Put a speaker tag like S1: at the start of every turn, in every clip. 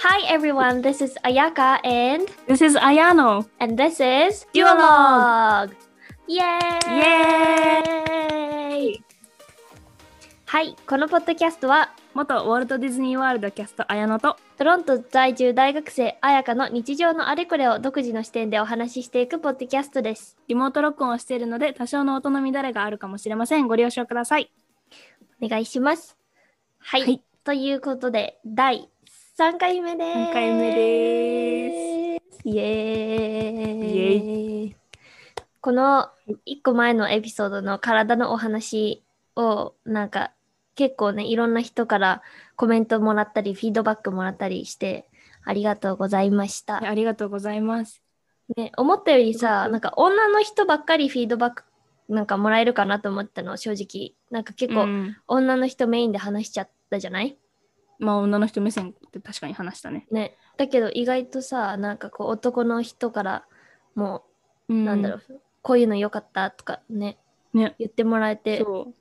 S1: Hi everyone, this is Ayaka and
S2: This is Ayano.
S1: and this is
S2: Duologue.
S1: Yay! はい、このポッドキャストは
S2: 元ウォルト・ディズニー・ワールドキャスト綾乃と
S1: トロント在住大学生彩香の日常のあれこれを独自の視点でお話ししていくポッドキャストです。
S2: リモート録音をしているので多少の音の乱れがあるかもしれませんご了承ください
S1: お願いします。はい、
S2: はい
S1: ということで第3回目です。。
S2: 3回目です
S1: イエーイこの1個前のエピソードの体のお話をなんか結構ねいろんな人からコメントもらったりフィードバックもらったりしてありがとうございました。
S2: ありがとうございます
S1: ね、思ったよりさ
S2: うん
S1: なんか女の人ばっかりフィードバックなんかもらえるかなと思ったの正直なんか結構、
S2: うん
S1: 女の人メインで話しちゃったじゃない
S2: まあ女の人目線って確かに話したね、
S1: ねだけど意外とさなんかこう男の人からも
S2: う
S1: う、
S2: ん
S1: なんだろうこういうの良かったとかね
S2: ね
S1: 言ってもらえて
S2: そう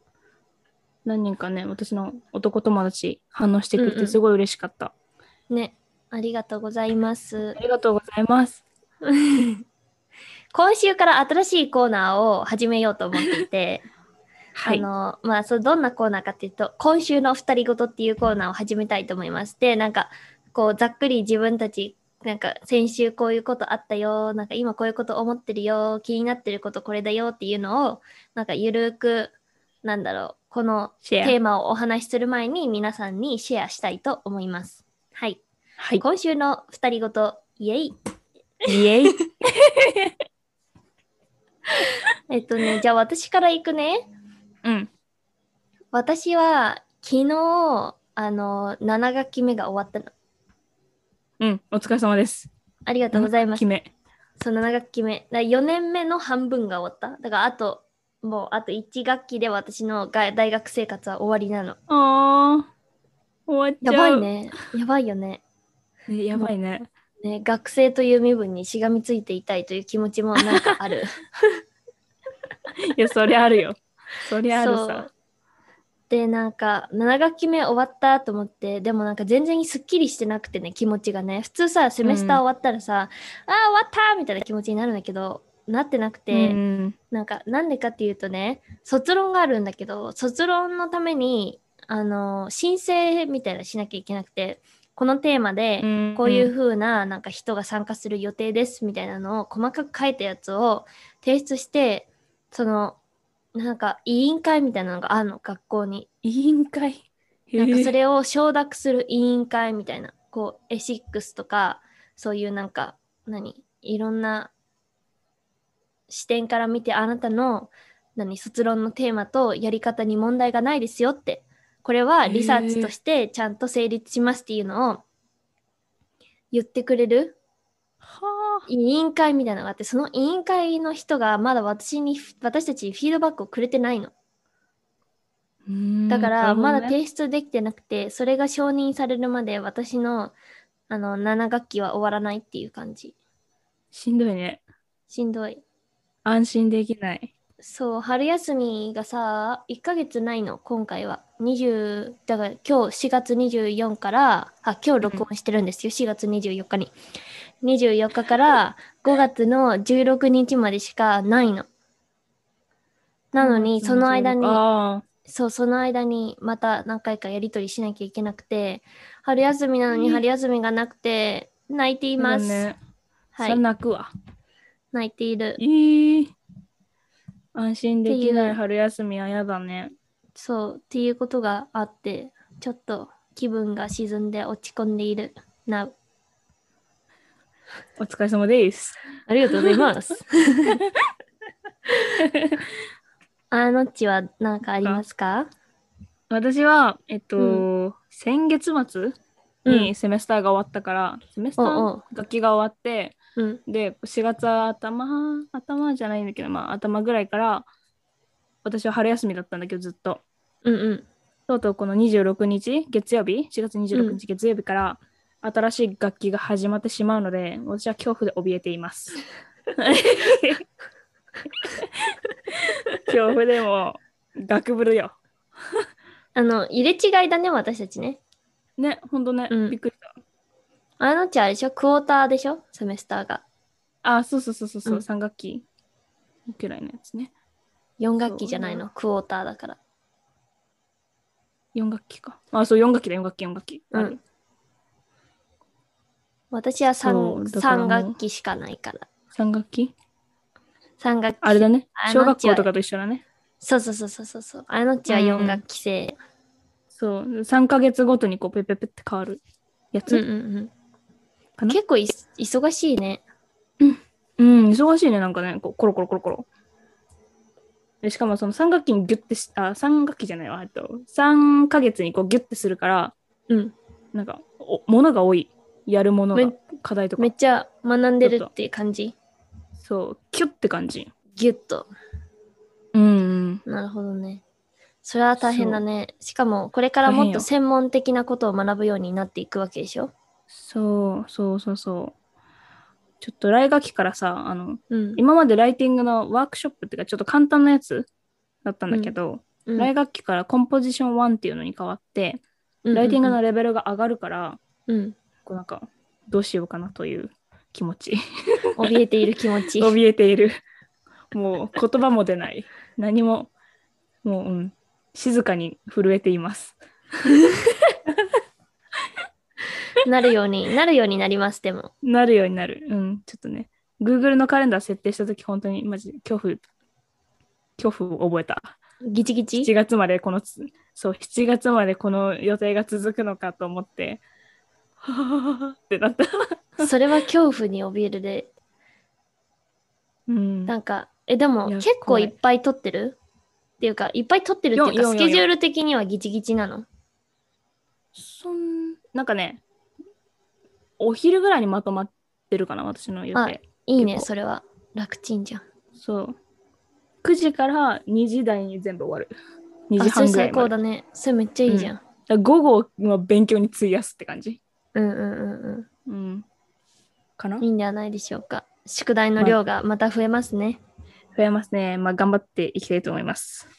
S2: 何人かね私の男友達反応してくれ
S1: うんう
S2: て
S1: ん
S2: すごい嬉しかった、
S1: ねありがとうございます
S2: ありがとうございます
S1: 今週から新しいコーナーを始めようと思っていて、
S2: はい
S1: あのまあそうどんなコーナーかっていうと今週のお二人ごとっていうコーナーを始めたいと思いますでなんかこうざっくり自分たちなんか先週こういうことあったよなんか今こういうこと思ってるよ気になってることこれだよっていうのをなんかゆるーくなんだろうこの
S2: シ
S1: テ
S2: ェア
S1: ーマをお話しする前に皆さんにシェアしたいと思いますはい
S2: はい
S1: 今週の二人ごとイエイ
S2: イエイ
S1: えっと ねじゃあ私からいくね
S2: うん
S1: 私は昨日あの7学期目が終わったの
S2: うんお疲れ様です
S1: ありがとうございます
S2: 決。め
S1: その7学期目。だ4年目の半分が終わった。だからあと、もうあと1学期で私のが大学生活は終わりなの。
S2: ああ、終わっ
S1: や
S2: ちゃ。
S1: ばいうね。やばいよね
S2: ねやばいね。
S1: ね。学生という身分にしがみついていたいという気持ちもなんかある。
S2: いや、そりゃあ るよ。そりゃある
S1: そう
S2: さ。
S1: で、なんか7学期目終わったと思って、でもなんか全然すっきりしてなくてね、気持ちがね。普通さ、セメスター終わったらさ、ああ、終わったみたいな気持ちになるんだけど、なってなくて。
S2: うん
S1: なんかなんでかっていうとね卒論があるんだけど卒論のためにあの申請みたいなのしなきゃいけなくてこのテーマで
S2: ん
S1: こういう風ななんか人が参加する予定ですみたいなのを細かく書いたやつを提出してそのなんか委員会みたいなのがあるの学校に
S2: 委員会。
S1: なんかそ
S2: へ
S1: れを承諾する委員会みたいな、こう、A6 とか、そういうなんか、何いろんな視点から見て、あなたの、何卒論のテーマとやり方に問題がないですよって、これはリサーチとしてちゃんと成立しますっていうのを言ってくれる
S2: ーはあ。
S1: 委員会みたいなのがあって、その委員会の人がまだ私に、私たちにフィードバックをくれてないの。
S2: うん
S1: だから、まだ
S2: なるほどね
S1: 提出できてなくて、それが承認されるまで私のあの7学期は終わらないっていう感じ。
S2: しんどいね。
S1: しんどい。
S2: 安心できない。
S1: そう、春休みがさ、1ヶ月ないの、今回は。20、だから今日4月24から、あ、今日録音してるんですよ、4月24日に。24日から5月の16日までしかないの。なのに、その間に、
S2: あ
S1: そう、その間にまた何回かやり取りしなきゃいけなくて、春休みなのに
S2: うん
S1: 春休みがなくて、泣いてい
S2: ー
S1: ます。
S2: そうだね
S1: はい
S2: それ、泣くわ。
S1: 泣いている
S2: え。ー安心でき
S1: ってい
S2: な
S1: う
S2: い春休みはやだね。
S1: そう、っていうことがあって、ちょっと気分が沈んで落ち込んでいる。な、
S2: お疲れ様です。
S1: ありがとうございます。 あのっちは何かありますか
S2: 私は、えっと、
S1: う
S2: 先月末
S1: う
S2: にセメスターが終わったから、セメスタ
S1: おうお
S2: ー
S1: う
S2: 学期が終わって、
S1: うん。
S2: で、4月頭、頭じゃないんだけど、まあ、頭ぐらいから、私は春休みだったんだけど、ずっと。
S1: うんうん。
S2: とうとうこの26日、月曜日、4月
S1: う
S2: 26
S1: ん
S2: 日月曜日から、新しい学期が始まってしまうので、私は恐怖で怯えてい ます。恐怖でも、学ぶるよ。
S1: あの、入れ違いだね、私たちね。
S2: ね、ほんとね、
S1: うん
S2: びっくりした。
S1: あのちゃんあれでしょクォーターでしょセメスターが。
S2: あ、そうそうそうそうそう、
S1: うん
S2: 3学期くらいのやつね。
S1: 4学期じゃないの。クォーターだから。
S2: 4学期か。あ、そう、4学期だ、4学期、4学期。
S1: うん
S2: ある
S1: 私は 3,
S2: そうだからもう
S1: 学期しかないから。
S2: 三学期
S1: 3学期。
S2: あれだね
S1: あ。
S2: 小
S1: の
S2: 学
S1: うちは
S2: 校とかと一緒だね。
S1: そうそうそうそうそうそう。あのちゃん
S2: うんうん
S1: 4学期生。
S2: そう、3ヶ月ごとにこう、ペペペって変わるや
S1: うんう
S2: つ。
S1: んう
S2: か
S1: ん。
S2: な
S1: 結構い忙しいね。
S2: うん、忙しいね、なんかね、こうコロコロコロコロ。でしかもその3学期にギュッてし、あ、3学期じゃないわ、えっと、3ヶ月にこうギュッてするから、
S1: うん。
S2: なんか、お物が多い。やるものが
S1: め、
S2: 課題とか
S1: め。っちゃ学んでるっていう感じ。
S2: そう、キュッて感じ。
S1: ギュッと。
S2: うん、うん。
S1: なるほどね。それは大変だね。しかも、これから
S2: 大
S1: も
S2: 変
S1: っ
S2: よ
S1: と専門的なことを学ぶようになっていくわけでしょ
S2: そうそうそうそう。ちょっと来学期からさ、あの、
S1: うん。
S2: 今までライティングのワークショップっていうか、ちょっと簡単なやつだったんだけど、
S1: うん
S2: 来学期からコンポジション1っていうのに変わって、ライティングの、レベルが上がるから、
S1: うんうん
S2: こうなんか、どうしようかなという気持ち。
S1: うん、怯えている気持ち。
S2: 怯えている。もう言葉も出ない。何も、もう、うん、静かに震えています。
S1: なるようになるようになります、でも。
S2: なるようになる。うん、ちょっとね。Google のカレンダー設定したとき、本当にマジで恐怖、恐怖を覚えた。
S1: ギチギ
S2: 7
S1: チ
S2: 月までこのつ、そう、7月までこの予定が続くのかと思って、はぁはぁはぁってなった。
S1: それは恐怖に怯えるで。
S2: うん。
S1: なんか、え、でも
S2: いや
S1: 結構
S2: 怖い
S1: いっぱい撮ってるっていうか、いっぱい撮ってるっていう
S2: よ
S1: か、
S2: んよん
S1: ス
S2: よん
S1: ケジュール的にはギチギチなの。
S2: そんなんかね、お昼ぐらいにまとまってるかな、私の予
S1: あ
S2: 定。
S1: いいね、
S2: 結構
S1: それは。楽ちんじゃん。
S2: そう。9時から2時台に全部終わる。2
S1: あ
S2: 時
S1: それ
S2: 半ぐら
S1: 最
S2: いま
S1: 高
S2: で。
S1: だね。それめっちゃいいじゃん。
S2: だから午後は勉強に費やすって感じ。
S1: うん、うん、うんうん。
S2: うん。かない
S1: いんではないでしょうか。宿題の量がまた増えますね。
S2: 増えますね。まあ、頑張っていきたいと思います。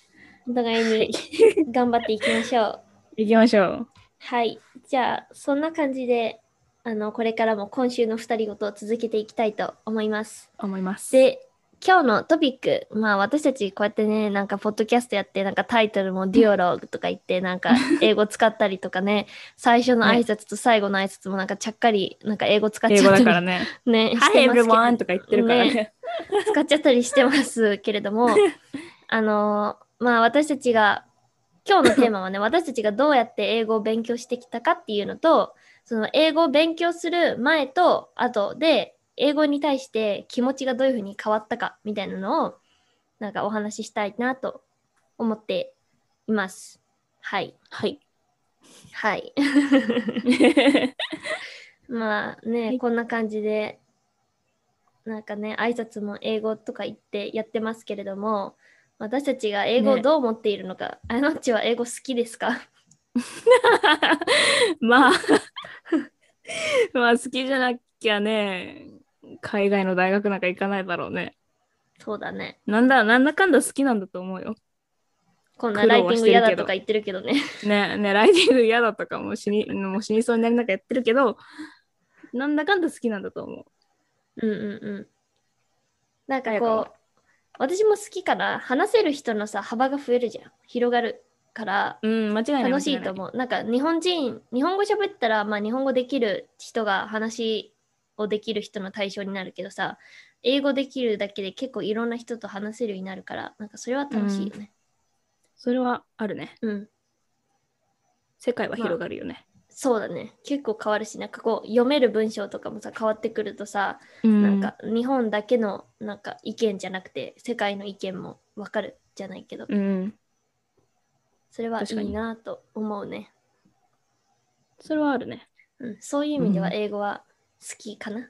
S1: お互いに 頑張っていきましょう。
S2: いきましょう。
S1: はい。じゃあ、そんな感じで、あの、これからも今週の二人ごとを続けていきたいと思います。
S2: 思います。
S1: で、今日のトピック、まあ私たちこうやってね、なんかポッドキャストやって、なんかタイトルもデュオローグとか言って、なんか英語使ったりとか ね、最初の挨拶と最後の挨拶もなんかちゃっかり、なんか英語使っ
S2: 英
S1: ち
S2: 語
S1: ゃったり
S2: だからね。
S1: ね、し
S2: Hi
S1: てますけど
S2: everyone! とか言ってるからね。
S1: 使っちゃったりしてますけれど もあのまあ私たちが今日のテーマ はね私たちがどうやって英語を勉強してきたかっていうのとその英語を勉強する前と後で英語に対して気持ちがどういうふうに変わったかみたいなのをなんかお話ししたいなと思っています。はい。
S2: はい。
S1: はい。 まあね、
S2: はい
S1: こんな感じでなんかね挨拶も英語とか言ってやってますけれども私たちが英語を
S2: ね
S1: どう思っているのか、あのっちは英語好きですか
S2: まあ、 まあ好きじゃなきゃね、海外の大学なんか行かないだろうね。
S1: そうだね
S2: なんだ、なんだかんだ好きなんだと思うよ。
S1: こんな
S2: 苦
S1: ラ
S2: 労
S1: イ
S2: は
S1: ティン
S2: し
S1: グ
S2: てるけど
S1: 嫌だとか言ってるけどね
S2: ね、ね、ライティング嫌だとかもう死に、もう死にそうになりながらやってるけど、なんだかんだ好きなんだと思う。
S1: うんうんうんなんか
S2: 早川
S1: こう
S2: は
S1: 私も好きから話せる人のさ幅が増えるじゃん広がるから
S2: うん、間違いない。
S1: 楽しいと思うなんか日本人日本語喋ったら、まあ、日本語できる人が話をできる人の対象になるけどさ英語できるだけで結構いろんな人と話せるようになるからなんかそれは楽しいよね
S2: それはあるね。
S1: うん、
S2: 世界は広がるよね。
S1: そうだね結構変わるしなんかこう読める文章とかもさ変わってくるとさ、
S2: うん
S1: なんか日本だけのなんか意見じゃなくて世界の意見もわかるじゃないけど
S2: うん。
S1: それはい
S2: 確か
S1: い
S2: に
S1: なと思うね、
S2: それはあるね。
S1: うん、そういう意味では
S2: うん
S1: 英語は好きかな、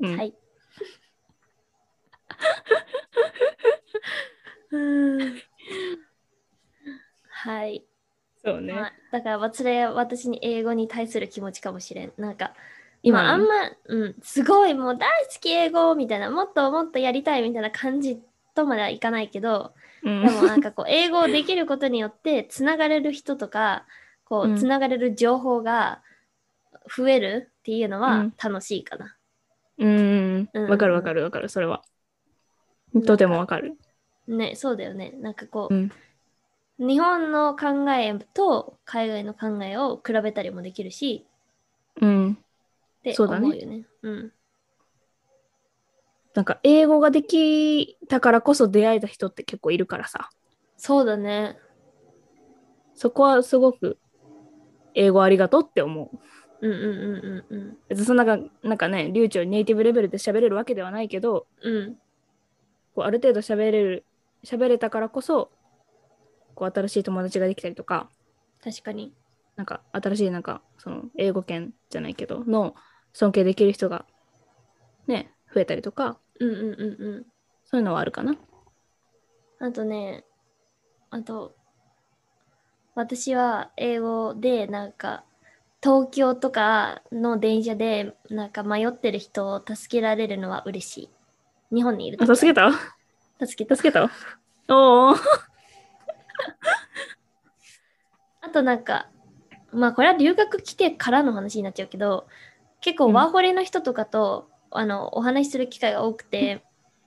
S2: うん
S1: はい。 はい、
S2: そうね。
S1: まあ、だから私れ私に英語に対する気持ちかもしれんなんか今あ
S2: 今
S1: ん
S2: の
S1: ま、うん、すごいもう大好き英語みたいなもっともっとやりたいみたいな感じとまではいかないけど
S2: うん
S1: でもなんかこう英語をできることによってつながれる人とかこ
S2: う
S1: うんつながれる情報が増えるっていうの
S2: う
S1: は
S2: ん
S1: 楽しいかな。
S2: うん
S1: うん
S2: わかるわかるわかる、それは。とてもわかる。
S1: ね、そうだよね。なんかこ
S2: う
S1: う、
S2: ん。
S1: 日本の考えと海外の考えを比べたりもできるし、
S2: うん。
S1: って
S2: そう
S1: 思
S2: だ
S1: う
S2: ね
S1: よね。うん。
S2: なんか、英語ができたからこそ出会えた人って結構いるからさ。
S1: そうだね。
S2: そこはすごく、英語ありがとうって思う。
S1: うんうんうんうんうん。
S2: 別にそんなか、なんかね、流暢にネイティブレベルで喋れるわけではないけど、
S1: うん。
S2: こうある程度喋れる、喋れたからこそ、こう新しい友達ができたりとか、
S1: 確かに。
S2: なんか新しいなんかその英語圏じゃないけどの尊敬できる人がね増えたりとか
S1: うんうんうんうん。
S2: そういうのはあるかな。
S1: あとね、あと、私は英語で、なんか、東京とかの電車で、なんか迷ってる人を助けられるのは嬉しい。日本にいる
S2: あ
S1: と。
S2: 助けた
S1: た助けた。
S2: 助けた おお
S1: あとなんか、まあこれは留学来てからの話になっちゃうけど、結構ワーホリの人とかと、あの、お話しする機会が多くて、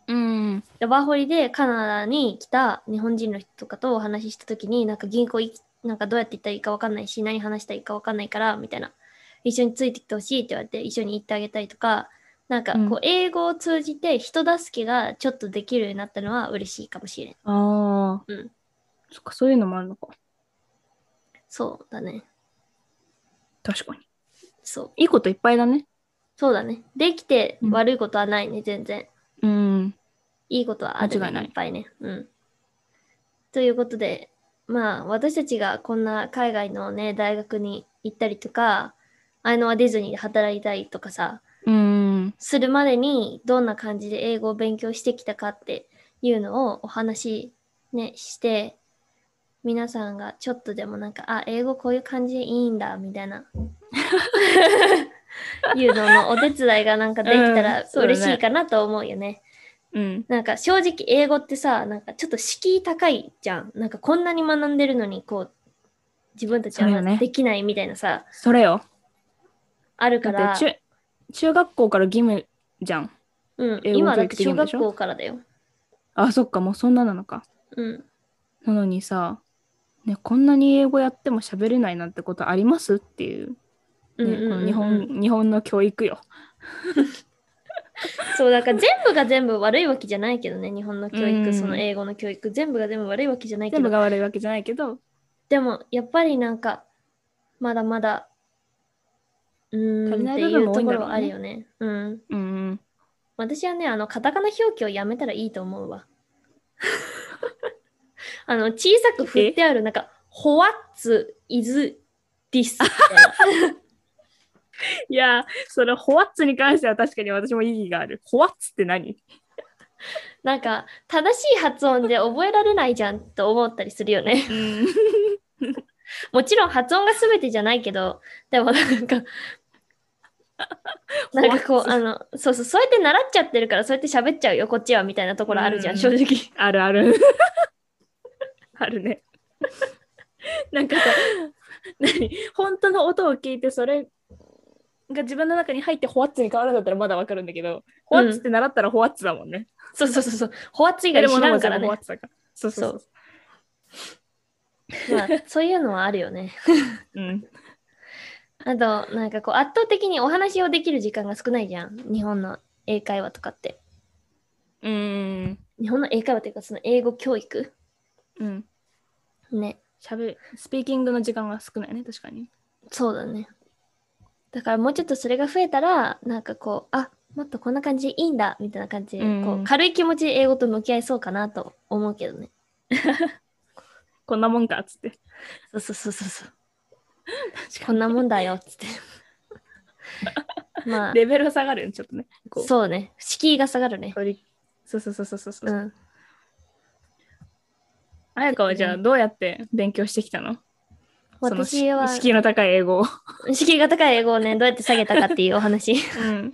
S2: うん
S1: でワーホリでカナダに来た日本人の人とかとお話しした時になんか銀行いなんかどうやって行ったらいいか分かんないし何話したらいいか分かんないからみたいな一緒についてきてほしいって言われて一緒に行ってあげたりとかなんか
S2: うん
S1: こう英語を通じて人助けがちょっとできるようになったのは嬉しいかもしれん
S2: ああ、
S1: うん
S2: そっかそういうのもあるのか
S1: そうだね
S2: 確かに
S1: そう
S2: いいこといっぱいだね
S1: そうだねできて
S2: うん
S1: 悪いことはないね全然
S2: うん
S1: いいことはある、ね、
S2: 間違いない
S1: っぱいね。うん。ということで、まあ、私たちがこんな海外のね、大学に行ったりとか、あのはディズニーで働いたりとかさ、
S2: うん
S1: するまでにどんな感じで英語を勉強してきたかっていうのをお話し、ね、して、皆さんがちょっとでもなんか、あ、英語こういう感じでいいんだ、みたい な。いうののお手伝いがなんかできた
S2: う
S1: ら
S2: んそうだね
S1: 嬉しいかなと思うよね。
S2: うん
S1: なんか正直英語ってさなんかちょっと敷居高いじゃんなんかこんなに学んでるのにこう自分たち
S2: そうよ
S1: は
S2: ね
S1: できないみたいなさ、
S2: それよ
S1: ある
S2: だ
S1: か
S2: っ
S1: ら
S2: て、中中学校から義務じゃん
S1: うん、
S2: 英語
S1: 今
S2: 教
S1: だっ
S2: 育
S1: て
S2: 的に
S1: 小
S2: もでしょ
S1: 学校からだよ、
S2: あそっかもうそんななのか
S1: うん、
S2: なのにさ、ね、こんなに英語やっても喋れないなんてことありますっていう
S1: うん
S2: ね
S1: うんうんう
S2: この
S1: ん
S2: 日本日本の教育よ。
S1: そうだから全部が全部悪いわけじゃないけどね日本の教育、
S2: うん
S1: その英語の教育全部が全部悪いわけじゃないけ
S2: 全部
S1: ど
S2: が悪いわけじゃないけど、
S1: でもやっぱりなんかまだまだうー
S2: 足り
S1: ん
S2: な
S1: っ
S2: い
S1: て
S2: 部
S1: い
S2: 分
S1: う
S2: も多い
S1: と
S2: ん
S1: こ
S2: だ
S1: ろ
S2: ろうね
S1: はあるよねうん
S2: うん、
S1: 私はね、あの、カタカナ表記をやめたらいいと思うわ。 あの、小さく振ってある、なんか、what is this? みたいない
S2: やーそれホワッツに関しては確かに私も意義がある。ホワッツって何
S1: なんか、正しい発音で覚えられないじゃんと思ったりするよね。もちろん発音が全てじゃないけど、でもなんか、 なんかこう、あの、そうそう、そうやって習っちゃってるから、そうやって喋っちゃうよ、こっちは、みたいなところあるじゃん、
S2: うん
S1: 正直。
S2: あるある。あるね。なんかさ何本当の音を聞いてそれが自分の中に入ってホワッツに変わるんだったらまだわかるんだけど、ホワッツって習ったらホワッツだもんね。
S1: そうそうそうそう、what 以外
S2: やる
S1: 知
S2: もの
S1: ら
S2: も
S1: んから
S2: 全部
S1: ね
S2: ホワ。ッツだから。そうそうそう。
S1: まあ、そういうのはあるよね。
S2: うん、
S1: あと、なんかこう、圧倒的にお話をできる時間が少ないじゃん。日本の英会話とかって。
S2: うん。
S1: 日本の英会話というか、その英語教育
S2: うん。
S1: ね。
S2: しゃべスピーキングの時間が少ないね、確かに。
S1: そうだね。だからもうちょっとそれが増えたら、なんかこう、あもっとこんな感じでいいんだ、みたいな感じで、
S2: うん
S1: こう軽い気持ちで英語と向き合いそうかなと思うけどね。
S2: こんなもんかっつって。
S1: そうそうそうそうそう。こんなもんだよ、っつっ て。まあ、
S2: レベルが下がるよね、ちょっとね。こう
S1: そうね。敷居が下がるね。
S2: 取りそうそうそうそうそうそうう。
S1: ん。
S2: あやかはじゃあ
S1: う
S2: どうやって勉強してきたのその
S1: 私は、
S2: 敷居の高い英語を。
S1: 敷居が高い英語をね、どうやって下げたかっていうお話。
S2: うん。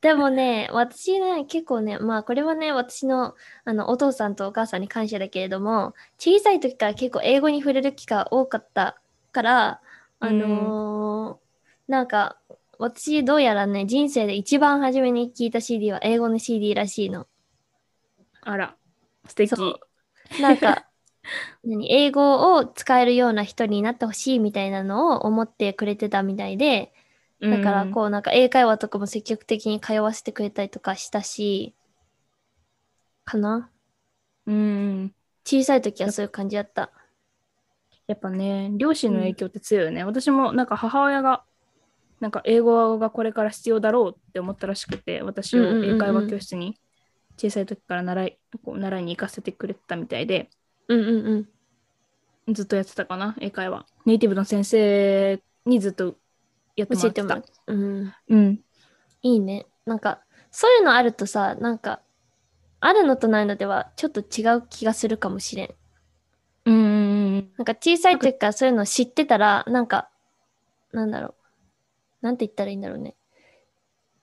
S1: でもね、私ね、結構ね、まあこれはね、私のあのお父さんとお母さんに感謝だけれども、小さい時から結構英語に触れる機会が多かったから、あのーなんか私どうやらね人生で一番初めに聞いた CD は英語の CD らしいの。
S2: あら、素敵。
S1: そうなんか何英語を使えるような人になってほしいみたいなのを思ってくれてたみたいでだからこうなんか英会話とかも積極的に通わせてくれたりとかしたしかな
S2: うん、うん、
S1: 小さい時はそういう感じだった。
S2: やっぱね、両親の影響って強いよね。私もなんか母親が、なんか英語がこれから必要だろうって思ったらしくて、私
S1: う
S2: を
S1: んうんうんうん
S2: 英会話教室に小さい時から習いこう習いに行かせてくれてたみたいで、
S1: うんうんうん。
S2: ずっとやってたかな、英会話。ネイティブの先生にずっとやっても
S1: 教え
S2: らって
S1: てもら
S2: た
S1: っ。うん。
S2: うん。
S1: いいね。なんかそういうのあるとさなんかあるのとないのではちょっと違う気がするかもしれん。
S2: うんうんうん。
S1: なんか小さい時からそういうの知ってたら、なんか、なんだろう。なんて言ったらいいんだろうね。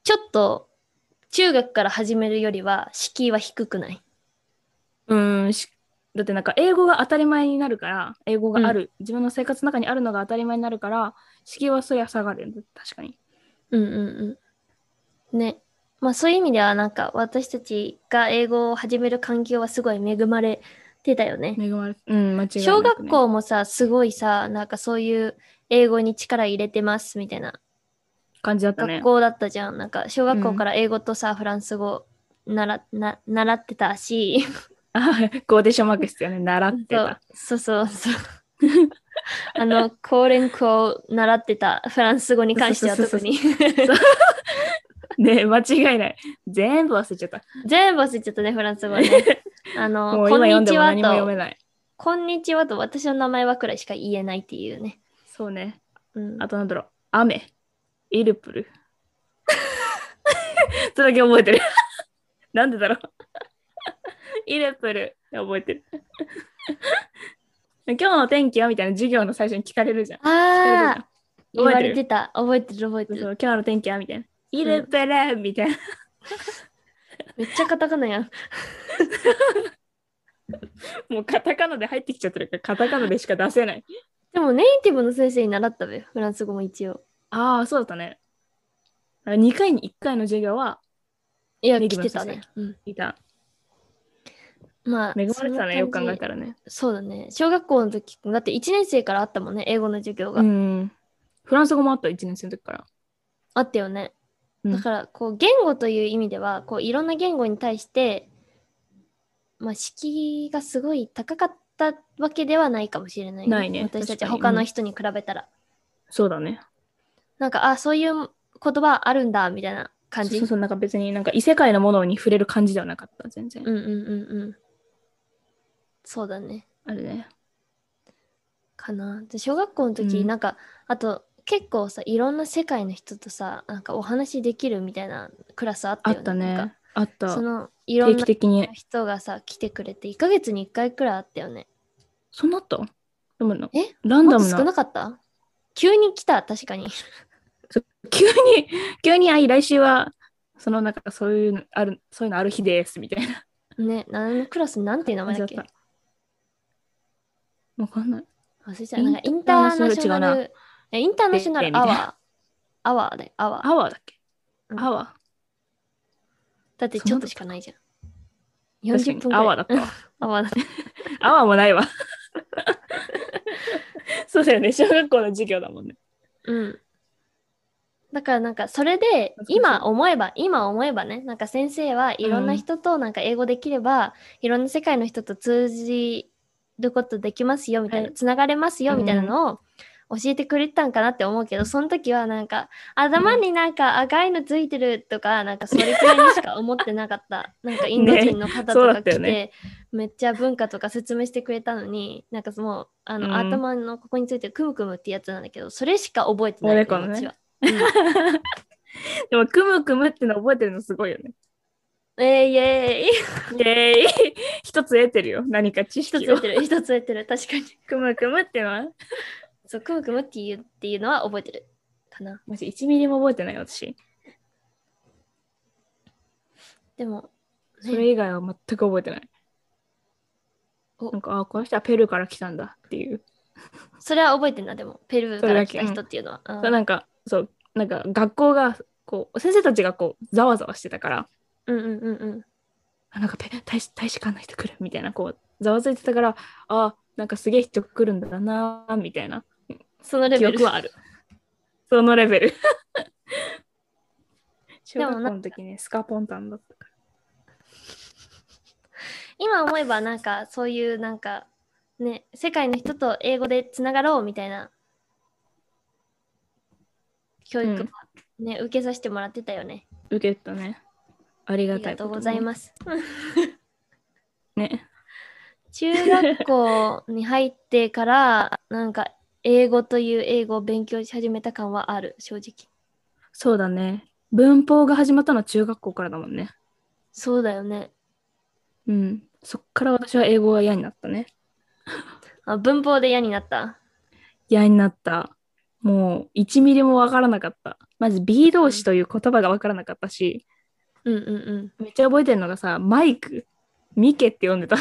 S1: ちょっと、中学から始めるよりは、敷居は低くない。
S2: うんしだってなんか英語が当たり前になるから英語がある、自分の生活の中にあるのが当たり前になるから敷居はそりゃ下がるよね確かに
S1: うんうんうん。ね。まあそういう意味では、なんか私たちが英語を始める環境はすごい恵まれてたよね。
S2: 恵まれうん間違いなくね、
S1: 小学校もさ、すごいさ、なんかそういう英語に力入れてますみたいな
S2: 感じだったね
S1: 学校だったじゃん。なんか小学校から英語とさ、フランス語ならな習ってたし。
S2: あコーディションマーク必要ね習ってた
S1: そうそうそうそうあのコーレンコを習ってたフランス語に関しては
S2: そうそう
S1: 特
S2: そう
S1: に
S2: ね間違いない全部忘れちゃった
S1: 全部忘れちゃったねフランス語ねあの
S2: もう
S1: こ
S2: 今読
S1: んに
S2: んで
S1: ち
S2: も
S1: は
S2: 何も読め
S1: と
S2: ない
S1: こんにちはと私の名前はくらいしか言えないっていうね、
S2: そうね
S1: うん
S2: あとなんだろう雨イルプル それだけ覚えてる なんでだろう イルプル覚えてる 今日の天気はみたいな授業の最初に聞かれるじゃん
S1: ああ言わ
S2: 覚えて
S1: れ
S2: る
S1: てた覚えてる覚えて
S2: そう
S1: る
S2: 今日の天気はみたいなイルプルみたいな、
S1: めっちゃカタカナやん
S2: もうカタカナで入ってきちゃってるからカタカナでしか出せない
S1: でもネイティブの先生に習ったべフランス語も一応
S2: ああそうだったね2回に1回の授業はい
S1: や
S2: ネイ
S1: 来
S2: ティブ
S1: て
S2: の
S1: た
S2: 先生
S1: ね、うん、
S2: いた
S1: まあ
S2: 恵まれてたね
S1: そん
S2: よ
S1: な感じ
S2: く考えたらね
S1: そうだね小学校の時だって1年生からあったもんね英語の授業が、
S2: うんフランス語もあった1年生の時から
S1: あったよね。
S2: うん
S1: だからこう言語という意味ではこういろんな言語に対して、まあ、敷居がすごい高かったわけではないかもしれない、
S2: ないね
S1: 私たちは
S2: 確か
S1: 他
S2: に
S1: の人に比べたら、
S2: そうだね
S1: なんかあそういう言葉あるんだみたいな感じ
S2: そうそうなんか別になんか異世界のものに触れる感じではなかった全然、
S1: うんうんうんうんそうだね
S2: あれね
S1: かなで小学校の時、
S2: うん
S1: なんかあと結構さいろんな世界の人とさなんかお話できるみたいなクラスあった
S2: あ
S1: よね
S2: った
S1: なん
S2: ね
S1: か
S2: あった
S1: そのいろん
S2: 定
S1: な
S2: 期的に
S1: 人がさ来てくれて1ヶ月に1回くらいあったよね
S2: そうなったでもな
S1: え
S2: ラン
S1: もっと
S2: ダム
S1: 少
S2: な
S1: なかった急に来た確かに
S2: 急に 急に「あい来週はそのなんかそういうのあるそういうのある日です」みたいな
S1: ね何のクラスなんていう名前だっけ
S2: 感じったわかんない
S1: 忘れちゃうなんかイ
S2: イ
S1: ン
S2: ン
S1: タ
S2: タ
S1: ー
S2: ー
S1: ナ
S2: ナ
S1: シ
S2: シ
S1: ョ
S2: ョ
S1: ナ
S2: ナル違う
S1: ルえインターナショナ
S2: で
S1: ル
S2: で
S1: ア
S2: みたいな
S1: ワーアワーでアワー
S2: アワーだっけ、
S1: うん
S2: アワ
S1: だってちょっとしかないじゃ
S2: ー
S1: ん
S2: 確か
S1: 40
S2: に
S1: 分くらい
S2: アワーだった わ
S1: アワーだった
S2: アワーもないわそうだよね小学校の授業だもんね
S1: うんだからなんかそれで
S2: 懐かしい
S1: 今思えば今思えばねなんか先生はいろんな人となんか英語できれば、いろんな世界の人と通じることできますよみたいな、
S2: はい
S1: つながれますよみたいなのを教えてくれてたんかなって思うけど、その時はなんか頭になんか赤いのついてるとかなんかそれくらいにしか思ってなかったなんかインド人の方
S2: そ
S1: と
S2: うだ
S1: か
S2: った
S1: 来て、
S2: よね
S1: めっちゃ文化とか説明してくれたのになんかもうあの、
S2: うん
S1: 頭のここについてるクムクムってやつなんだけどそれしか覚えてない
S2: おでこのね
S1: 私は
S2: でもくむくむっての覚えてるのすごいよね
S1: えいえい
S2: イエーイ 一つ得てるよ何か知
S1: 一つ
S2: 識を
S1: 得てる一つ得てる確かに
S2: くむくむってのは
S1: そうくむくむっていうっていうのは覚えてるかな
S2: マジ1ミリも覚えてない私
S1: でも、
S2: それ以外は全く覚えてない
S1: お
S2: なんかあこの人はペルーから来たんだっていう
S1: それは覚えてんだ、でも。ペルーか
S2: それ
S1: ら
S2: だ
S1: 来
S2: け
S1: た人っていうのは。
S2: そうなんかそうなんか学校がこう先生たちがこうざわざわしてたから
S1: うんうんうんうん
S2: あなんかペ大使大使館の人来るみたいなこうざわついてたからあなんかすげえ人来るんだなみたいな
S1: そのレ
S2: 記
S1: ベル。
S2: 憶はあるそのレベ ル小
S1: で
S2: 学
S1: もな
S2: 校
S1: んか
S2: の時ねスカポンタンだったから
S1: 今思えばなんかそういうなんかね世界の人と英語でつながろうみたいな教育はね、受けさせてもらってたよね
S2: 受けたねあり
S1: あ
S2: が
S1: り
S2: たい
S1: がとうござい
S2: す
S1: ます
S2: ね
S1: 中学校に入ってからなんか英語という英語を勉強し始めた感はある正直
S2: そうだね文法が始まったのは中学校からだもんね
S1: そうだよね
S2: うんそっから私は英語が嫌になったね
S1: あ文法で嫌になった
S2: 嫌になった。もう1ミリもわからなかった。まず B 動詞という言葉がわからなかったし、
S1: うんうんうん
S2: めっちゃ覚えてるのがさ、マイク、ミケって呼んでた。2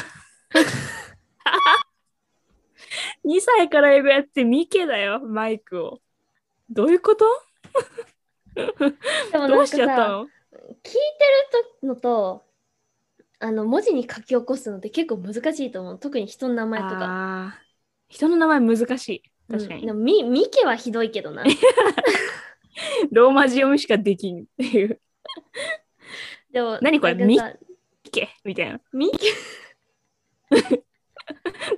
S2: 歳から英語やってミケだよ、マイクを。どういうこと
S1: でも
S2: どうしちゃったの
S1: 聞いてるとのとあの文字に書き起こすのって結構難しいと思う特に人の名前とか
S2: あー人の名前難しい。確か
S1: うん
S2: に。
S1: でもみミケはひどいけどな
S2: ローマ字読みしかできんっていう。
S1: でも
S2: 何これ
S1: なんかさ
S2: ミケみたいな。
S1: ミケ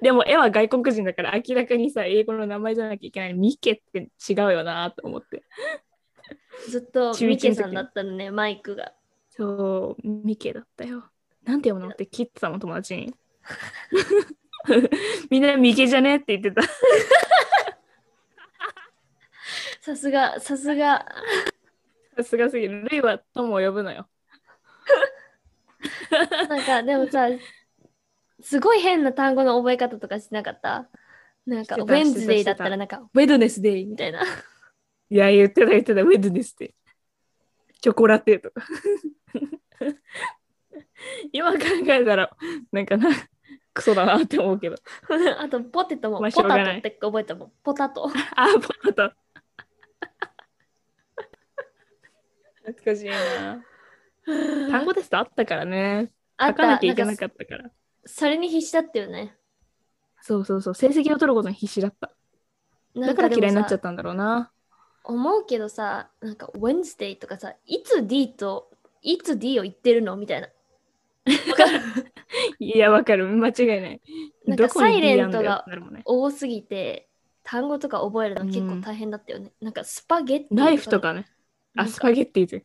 S2: でも絵は外国人だから明らかにさ、英語の名前じゃなきゃいけない。ミケって違うよなと思って。
S1: ずっと
S2: 中
S1: ミ
S2: 一の時
S1: ケさんだったのねマイクが
S2: そう、ミケだったよ。なんて読むのって聞いてたもん、友達に。 みんなミケじゃねって言ってた。
S1: さすがさすが
S2: さすがすぎる。ルイは友を呼ぶのよ。
S1: なんかでもさすごい変な単語の覚え方とかしなかったなんか
S2: して
S1: ウ
S2: た
S1: ェンズデイだ
S2: してたして
S1: ったたらなんかウェドネスデイみたいない
S2: や、言ってた言ってた、ウェドネスって。チョコラテとか。 今考えたら、なんかな、クソだなって思うけど。
S1: あとポテトも、
S2: まあしょ
S1: ポ
S2: うが
S1: タ
S2: な
S1: ト
S2: い
S1: って覚えたもんポタト
S2: あ、ポタト。懐かしいな。単語テストあったからね。
S1: あ
S2: 書かなきゃいけ
S1: ん
S2: な
S1: か
S2: かったから。
S1: それに必死だったよね
S2: そうそうそう、成績を取ることに必死だった。
S1: な
S2: だ
S1: ん
S2: から嫌いになっち
S1: でもさ
S2: ゃったんだろうな。
S1: 思うけどさなんか Wednesday とかさいつ D といつ D を言ってるのみたいない
S2: や、わかる。間違いない。
S1: なんか
S2: どこに
S1: サイ
S2: D
S1: レ
S2: や
S1: ン
S2: んだよ
S1: トが
S2: ってなるもんね。
S1: 多すぎて単語とか覚えるの結構大変だったよね、なんかスパゲッティ
S2: ナイフとかね。
S1: な
S2: あ、
S1: んか
S2: スパゲッティという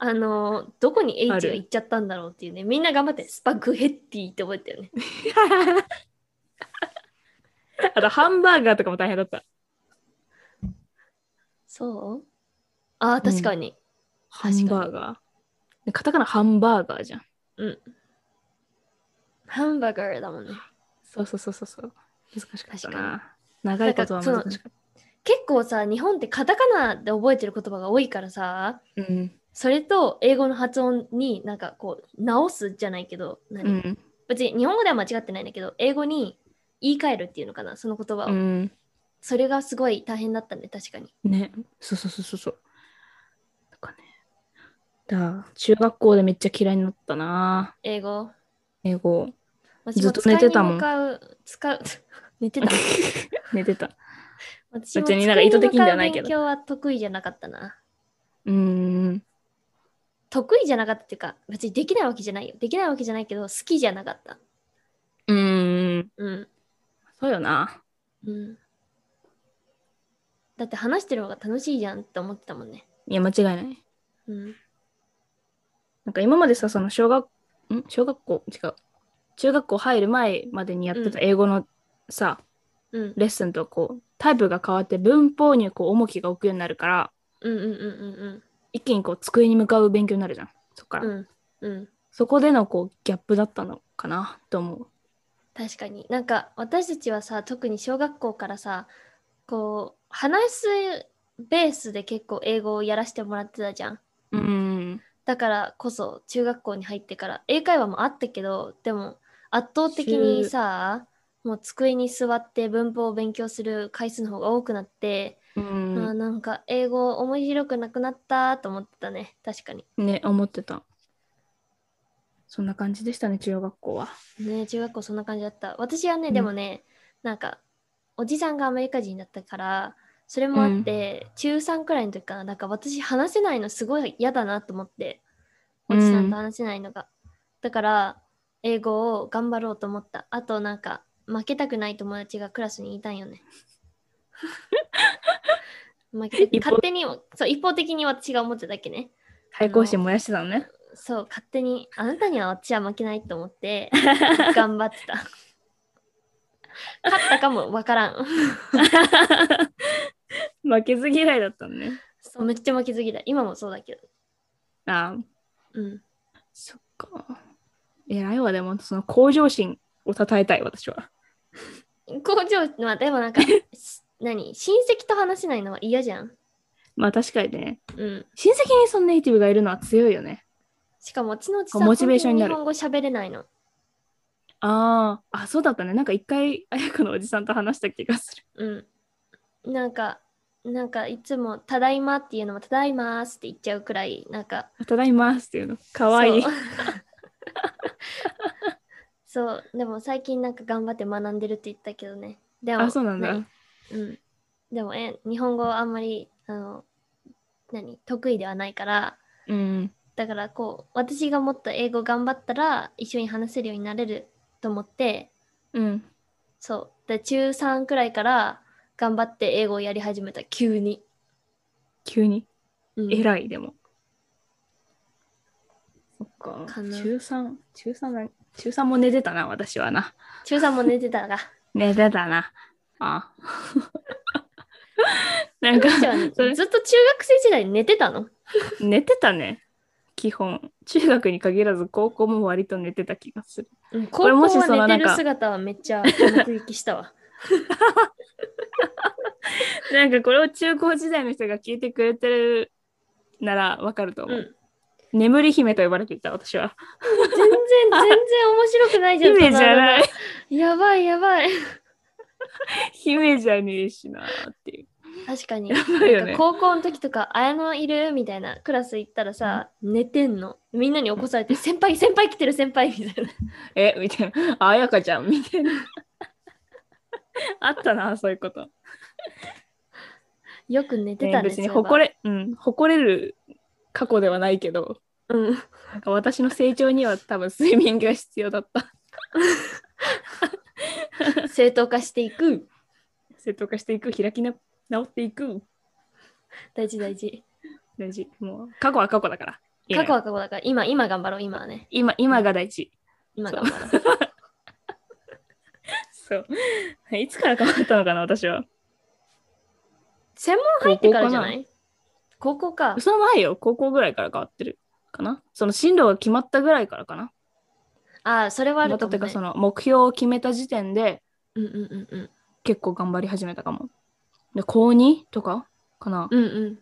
S1: あのーどこに H
S2: あ
S1: が
S2: る
S1: いっちゃったんだろうっていうねみんな頑張ってスパグヘッティって覚えたよね
S2: あと、ハンバーガーとかも大変だった。
S1: そうあー確かに、
S2: ハ
S1: かに
S2: ンバーガー。カタカナハンバーガーじゃん。
S1: ハンバーガーだもんね
S2: そうそうそうそうそう。難しかった
S1: 確
S2: な。長いことは難しかっ
S1: 結構さ日本ってカタカナで覚えてる言葉が多いからさ
S2: た。うん。
S1: それと英語の発音になんかこう直すじゃないけど何、
S2: うん。
S1: 別に日本語では間違ってないんだけど英語に言い換えるっていうのかなその言葉を、
S2: うん。
S1: それがすごい大変だったね確かに
S2: ね。そうそうそうそうそう。とかね。だから中学校でめっちゃ嫌いになったな。
S1: 英語
S2: 英語。
S1: 私
S2: ずっと寝てたもん
S1: 使いに向かう使う 寝 てた
S2: 寝てた。
S1: 私も
S2: 別になんか意図的にではないけど
S1: 使いに向かう勉強は得意じゃなかったな
S2: うーん。
S1: 得意じゃなかったっていうか別にできないわけじゃないよできないわけじゃないけど好きじゃなかった
S2: うーん。
S1: うん
S2: そうよな。
S1: うんだって話してる方が楽しいじゃんって思ってたもんね
S2: いや、間違いない。
S1: うん
S2: なんか今までさ、その小学、ん小学校違う。中学校入る前までにやってた英語のさ、
S1: うん
S2: レッスンとこう、タイプが変わって文法にこう重きが置くようになるから、
S1: うんうんうん
S2: 一気にこう机に向かう勉強になるじゃん。そっか
S1: うんう
S2: ら。
S1: んうんうん
S2: そこでのこう、ギャップだったのかなと思う。
S1: 確かになんか私たちはさ特に小学校からさこう話すベースで結構英語をやらせてもらってたじゃん
S2: うーん。
S1: だからこそ中学校に入ってから英会話もあったけどでも圧倒的にさもう机に座って文法を勉強する回数の方が多くなって、
S2: うん
S1: あーなんか英語面白くなくなったと思ってたね確かに
S2: ね、思ってた。そんな感じでしたね、中学校は。
S1: ね中学校そんな感じだった私はね、
S2: うん
S1: でもねなんかおじさんがアメリカ人だったからそれもあって、中3くらいの時かななんか私話せないのすごい嫌だなと思っておじさんと話せないのが、だから英語を頑張ろうと思ったあとなんか負けたくない友達がクラスにいたんよ ね負けた
S2: 一方
S1: 勝手にそう一方的に私が思ってただけね
S2: 対抗心燃やしてたのね。
S1: そう勝手にあなたには私は負けないと思って 頑張ってた勝ったかもわからん
S2: 負けず嫌いだったのね。
S1: そうめっちゃ負けず嫌い今もそうだけど
S2: ああ、
S1: うん
S2: そっか。偉いわ、でも、その向上心を称えたい、私は。
S1: 工場まあでも なんかし何親戚と話せないのは嫌じゃん
S2: まあ確かにね、
S1: うん
S2: 親戚にそのネイティブがいるのは強いよね。
S1: しかもうちのおじさ
S2: こうんモチベーションになる
S1: 本当日本語喋れないの
S2: ああ、あ、そうだったね。なんか一回、あやこのおじさんと話した気がする。
S1: うんなんかなんかいつも「ただいま」っていうのも「ただいまーす」って言っちゃうくらいなんか
S2: ただいますっていうの。かわいい
S1: そ。う そうでも最近なんか頑張って学んでるって言ったけどねでも
S2: あ、そうなんだ。
S1: 何うんでもえ日本語あんまりあの何得意ではないから
S2: うん。
S1: だからこう私がもっと英語頑張ったら一緒に話せるようになれると思って
S2: うん。
S1: そうで中3くらいから頑張って英語をやり始めた急に、
S2: 急に。
S1: うん
S2: 偉い、でも。そっか。
S1: かな
S2: 中3、中3な、中3も寝てたな、私はな。
S1: 中3も寝てたが
S2: 寝てたな。あ。 なんか
S1: 私は、ね
S2: それ
S1: ずっと中学生時代寝てたの
S2: 寝てたね。基本。中学に限らず、高校も割と寝てた気がする。
S1: うん高
S2: これもし
S1: 校は
S2: そのな
S1: 寝
S2: ん
S1: てる
S2: か
S1: 姿はめっちゃ目撃した わ。
S2: なんかこれを中高時代の人が聞いてくれてるならわかると
S1: う
S2: 思
S1: ん、
S2: う。
S1: 全
S2: 眠り姫と呼ばれていた、私は。
S1: 然全然面白く ないじゃん。。
S2: 姫じゃないい。
S1: やばいやばい。
S2: 姫じゃねえしなっていう。
S1: 確かに。
S2: やばいよ
S1: なん
S2: ね
S1: か。高校の時とか、綾乃いるみたいなクラス行ったらさ、寝てんの。みんなに起こされて、先輩先輩来てる先輩みたいな。
S2: えみたいな。あやかちゃんみたいな。あったな、そういうこと。
S1: よく寝て
S2: ね
S1: たんです
S2: 別に誇れ、うん、誇れる過去ではないけど、
S1: うん。
S2: なんか私の成長には多分睡眠が必要だった。
S1: 正当化していく。
S2: 正当化していく、開きな直っていく。
S1: 大事大事。
S2: 大事。もう、過去は過去だから。いいの
S1: 過去
S2: よ
S1: は過去だから、今、今頑張ろう、今はね。
S2: 今、今が大事。
S1: 今頑張ろう。
S2: そう。 いつから変わったのかな、私は。
S1: 専門入ってからじゃ
S2: 高校かな
S1: ない高校か。
S2: その前よ、高校ぐらいから変わってるかな。その進路が決まったぐらいからかな。
S1: ああ、それはあ
S2: 決ま
S1: るか
S2: ったっ
S1: も、
S2: て
S1: ね。
S2: いうか、その目標を決めた時点で、
S1: うんうんうんうん。
S2: 結構頑張り始めたかも。で、高 2? とかかな。
S1: うんうん。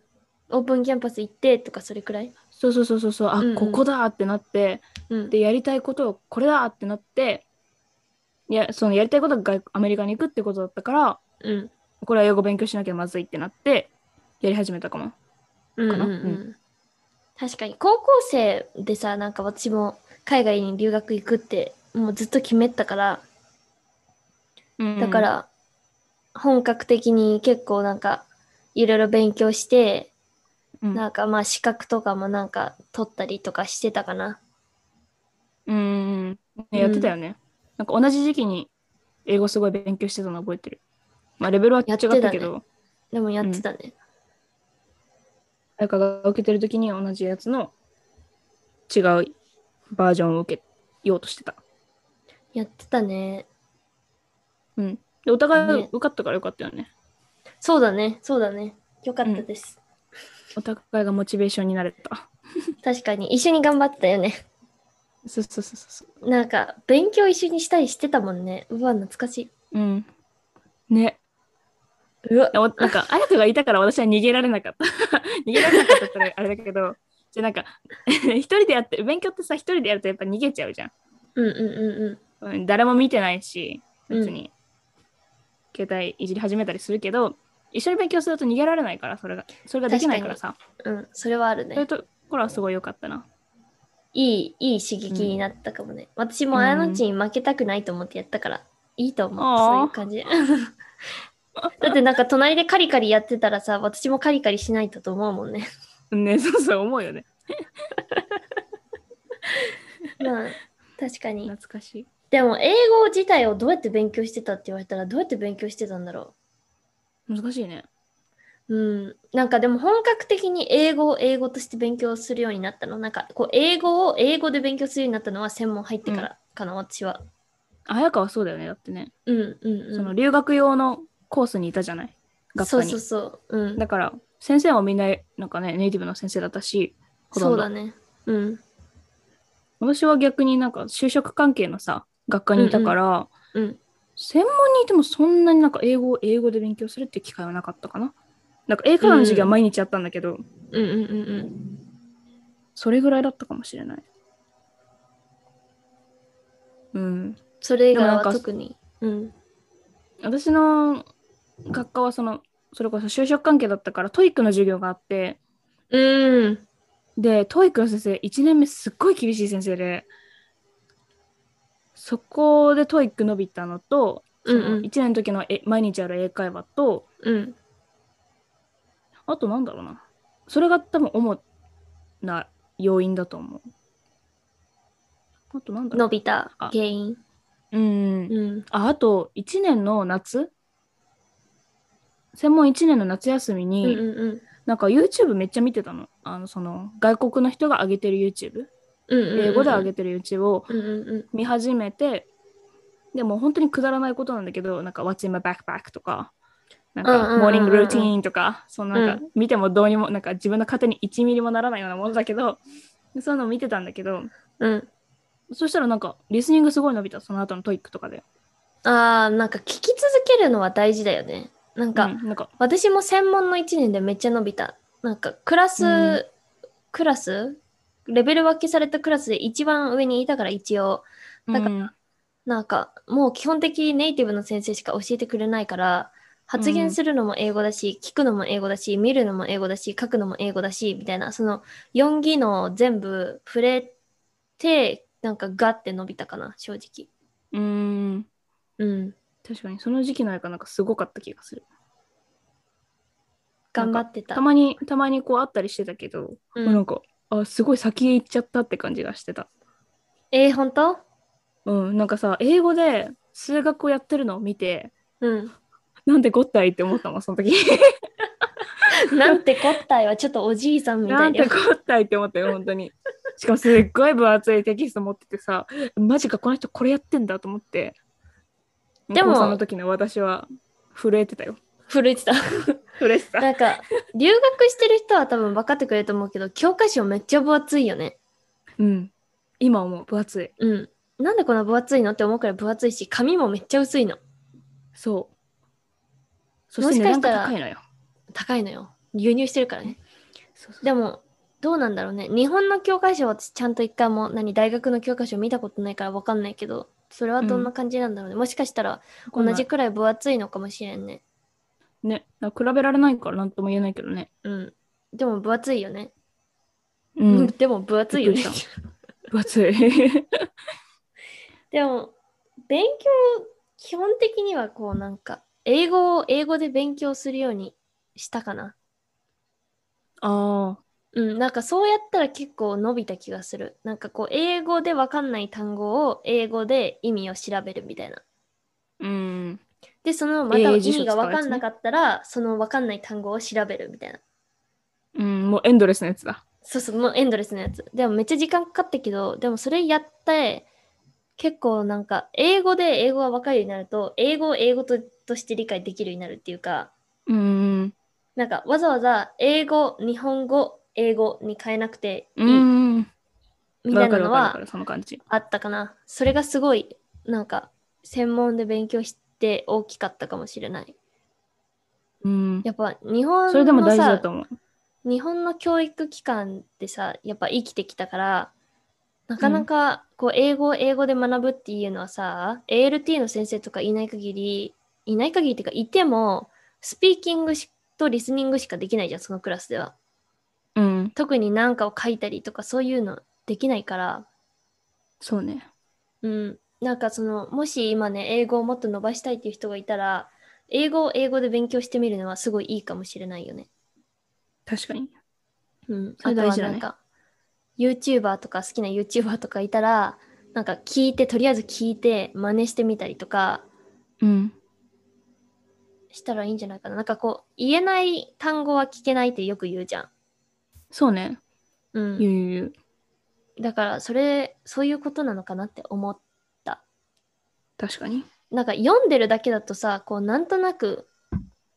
S1: オープンキャンパス行ってとかそれくらい。
S2: そうそうそうそうそう、あ、
S1: うんうん
S2: ここだってなって、
S1: うん。
S2: で、やりたいことをこれだってなって、いや、そのやりたいことが外アメリカに行くってことだったから、
S1: うん。
S2: これは英語勉強しなきゃまずいってなって、やり始めたかも。
S1: うんうん
S2: かな
S1: う。
S2: うん
S1: 確かに高校生でさ、なんか私も海外に留学行くってもうずっと決めてたから、だか、ら本格的に結構なんかいろいろ勉強して、
S2: うん、
S1: なんかまあ資格とかもなんか取ったりとかしてたかな。
S2: うんうんうん、ねやってたよね。なんか同じ時期に英語すごい勉強してたの覚えてる。まあ、レベルは違っ
S1: やったて
S2: け
S1: た
S2: ど、
S1: でもやってたね。
S2: 誰かが受けてる時に同じやつの違うバージョンを受けようとしてた。
S1: やってたね。
S2: うん。で、お互い
S1: ね
S2: 受かったからよかったよね。
S1: そうだね。そうだね。よかったです。
S2: お互いがモチベーションになれた。
S1: 確かに。一緒に頑張ってたよね。
S2: そうそうそうそう
S1: なんか勉強一緒にしたりしてたもんね。うわ、懐かしい。
S2: そう。うん。ね。
S1: うわ、
S2: おなんか、あやとがいたから私は逃げられなかった。 逃げられなかったってあれだけど、じゃあなんか、 一人でやって、勉強ってさ、一人でやるとやっぱ逃げちゃうじゃん
S1: うんうんうんうん。
S2: うん。誰も見てないし、別に、携帯いじり始めたりするけど一緒に勉強すると逃げられないからそれがそれができないからさ
S1: うん、それはある
S2: そうい
S1: ね
S2: う。ところはすごい良かったな、
S1: いい、いい刺激になったかもね。私もあのちに負けたくないと思ってやったから、いいと思
S2: あ
S1: う。そうい
S2: ー
S1: う感じ。 だってなんか隣でカリカリやってたらさ、私もカリカリしないとと思うもんね。
S2: ね そうそう思うよね
S1: まあ、確かに。
S2: 懐かしい
S1: でも、英語自体をどうやって勉強してたって言われたら、どうやって勉強してたんだろ
S2: 難しいね
S1: う。うん。なんかでも本格的に英語を英語として勉強するようになったの。なんか、こう、英語を英語で勉強するようになったのは専門入ってからかな、私は。
S2: 綾香はそうだよねだってね、
S1: うんうんうん。
S2: その留学用のコースにいたじゃない学科
S1: そう
S2: に
S1: そうそう。うん。
S2: だから先生はみんななんかねネイティブの先生だったしほとん
S1: そ
S2: ど
S1: うだね。うん。
S2: 私は逆になんか就職関係のさ学科にいたから、
S1: うん。
S2: 専門にいてもそんなになんか英語を英語で勉強するって機会はなかったかな。なんか英会話の授業は毎日あったんだけど、
S1: うんうんうんうん。
S2: それぐらいだったかもしれない。うん。
S1: それ以外
S2: でもな
S1: は
S2: んか
S1: 特に。うん。
S2: 私の学科はその、それこそ就職関係だったからトイックの授業があって、
S1: うん。
S2: で、トイックの先生、1年目すっごい厳しい先生で、そこでトイック伸びたのと、そ
S1: うんう
S2: の
S1: ん
S2: 1年の時のえ毎日ある英会話と、
S1: うん。
S2: あとなんだろうな。それが多分主な要因だと思う。あとなんだろ
S1: 伸びた原因。
S2: う。うん。
S1: うん。
S2: あ、あと1年の夏専門1年の夏休み
S1: うん
S2: に、
S1: うんうん。
S2: なんか YouTube めっちゃ見てたの。あの、その、外国の人が上げてる YouTube。
S1: うんうんうん
S2: 英語で上げてる YouTube を
S1: うんうんうん。
S2: 見始めて、でも本当にくだらないことなんだけど、なんか What's in my backpack とか、なん
S1: うんうんうんうん
S2: か
S1: うん
S2: モーニングルーティーンとか、そのなん
S1: う
S2: か見てもどうにも、なんか自分の糧に1ミリもならないようなものだけど、そういうのを見てたんだけど、
S1: うん。
S2: そしたらなんかリスニングすごい伸びた、その後のトイックとかで。
S1: ああ、なんか聞き続けるのは大事だよね。なんか、
S2: うんなんか、
S1: 私も専門の1年でめっちゃ伸びた。なんかクラス、
S2: うん
S1: クラスレベル分けされたクラスで一番上にいたから一応。なんか
S2: うん
S1: なんかもう基本的にネイティブの先生しか教えてくれないから発言するのも英語だし、聞くのも英語だし見るのも英語だし書くのも英語だしみたいなその4技能全部触れてなんかガッて伸びたかな正直。
S2: うん、
S1: うん。
S2: 確かにその時期のやかなんかすごかった気がする。
S1: 頑張ってた。
S2: たまに、たまにこうあったりしてたけど、
S1: うん
S2: なんか、あ、すごい先へ行っちゃったって感じがしてた。
S1: えー、本当
S2: うん、なんかさ、英語で数学をやってるのを見て、
S1: うん。
S2: なんで5体って思ったもん、その時。
S1: なんてこったいはちょっとおじいさんみた
S2: ないん
S1: な
S2: て。5体って思ったよ、本当に。しかもすっごい分厚いテキスト持っててさ、マジか、この人これやってんだと思って。
S1: でも
S2: 高三の時の私は震えてたよ。
S1: 震えてた。
S2: 震えて た。
S1: なんか、留学してる人は多分分かってくれると思うけど、教科書めっちゃ分厚いよね。
S2: うん。今思う、分厚い。
S1: うん。なんでこんな分厚いのって思うくらい分厚いし、紙もめっちゃ薄いの。
S2: そう。そ
S1: も
S2: し
S1: し
S2: て
S1: か
S2: 値
S1: し
S2: 段
S1: た
S2: が
S1: ら
S2: 高いのよ。
S1: 高いのよ。輸入してるからね。
S2: そうそう
S1: でも、どうなんだろうね。日本の教科書は私ちゃんと一回も、何、大学の教科書見たことないから分かんないけど、それはどんな感じなんだろうね。もしかしたら同じくらい分厚いのかもしれんね。
S2: ね、だから比べられないからなんとも言えないけどね。
S1: うん。でも分厚いよね。。
S2: う
S1: でも分厚いよね
S2: びっく。りし分厚い。
S1: でも勉強基本的にはこうなんか英語を英語で勉強するようにしたかな。
S2: ああ。
S1: うん、なんかそうやったら結構伸びた気がする。なんかこう英語でわかんない単語を英語で意味を調べるみたいな。
S2: うん。
S1: で、そのまた
S2: 英
S1: 意
S2: 英辞書
S1: 味がわかんなかったら、そのわかんない単語を調べるみたいな。
S2: うん、もうエンドレスなやつだ。
S1: そうそう、もうエンドレスなやつ。でもめっちゃ時間かかったけど、でもそれやって、結構なんか英語で英語がわかるようになると、英語を英語ととして理解できるようになるっていうか、
S2: うん。
S1: なんかわざわざ英語、日本語、英語に変えなくていい
S2: うん。
S1: みたいな
S2: わかる
S1: の
S2: わか
S1: は
S2: る、その感じ。
S1: あったかな。それがすごいなんか専門で勉強して大きかったかもしれない。
S2: うん。
S1: やっぱ日本
S2: それでも
S1: の
S2: 大事だ
S1: さ
S2: と思う。
S1: 日本の教育機関でさやっぱ生きてきたからなかなかこう英語を英語で学ぶっていうのはさ、ALT の先生とかいない限りいない限りっていうかいてもスピーキングしとリスニングしかできないじゃんそのクラスでは
S2: うん。
S1: 特に何かを書いたりとかそういうのできないから
S2: そうね。
S1: うん、なんかそのもし今ね英語をもっと伸ばしたいっていう人がいたら英語を英語で勉強してみるのはすごいいいかもしれないよね。
S2: 確かに。
S1: うん、
S2: そ
S1: あ
S2: れ
S1: と
S2: 大
S1: は
S2: 事だ
S1: な
S2: ね
S1: んか、YouTuber とか好きな YouTuber とかいたらなんか聞いてとりあえず聞いて真似してみたりとか
S2: うん。
S1: したらいいんじゃないかな。なんかこう言えない単語は聞けないってよく言うじゃん。
S2: そうね。
S1: う
S2: 言
S1: ん、
S2: う言う言う。
S1: だからそれそういうことなのかなって思っ
S2: 確かに。
S1: なんか読んでるだけだとさこうなんとなく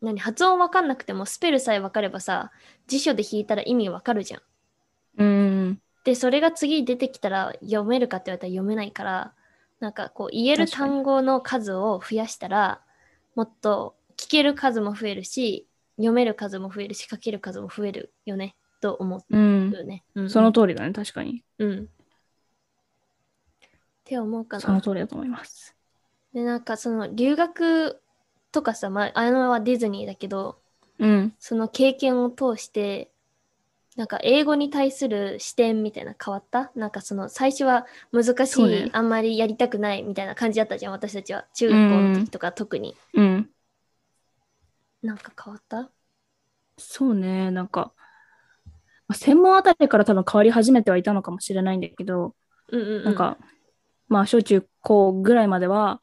S1: 何発音わかんなくてもスペルさえわかればさ辞書で引いたら意味わかるじゃん。
S2: うん。
S1: でそれが次出てきたら読めるかって言われたら読めないからなんかこう言える
S2: 確かに
S1: 単語の数を増やしたらもっと聞ける数も増えるし読める数も増えるし書ける数も増えるよねと思
S2: う。
S1: うんよね。うん
S2: その通りだね。確かに。
S1: うん。って思うかな。
S2: その通りだと思います。
S1: でなんかその留学とかさ、まあ、あのはディズニーだけど
S2: うん。
S1: その経験を通してなんか英語に対する視点みたいな変わったなんかその最初は難し
S2: そう
S1: い、
S2: ね
S1: あんまりやりたくないみたいな感じだったじゃん私たちは中学校の時とか特に、
S2: うん。
S1: なんか変わった
S2: そうね、なんか、まあ専門あたりから多分変わり始めてはいたのかもしれないんだけど、
S1: うんうん、うん、
S2: なんか、まあ、小中高ぐらいまでは、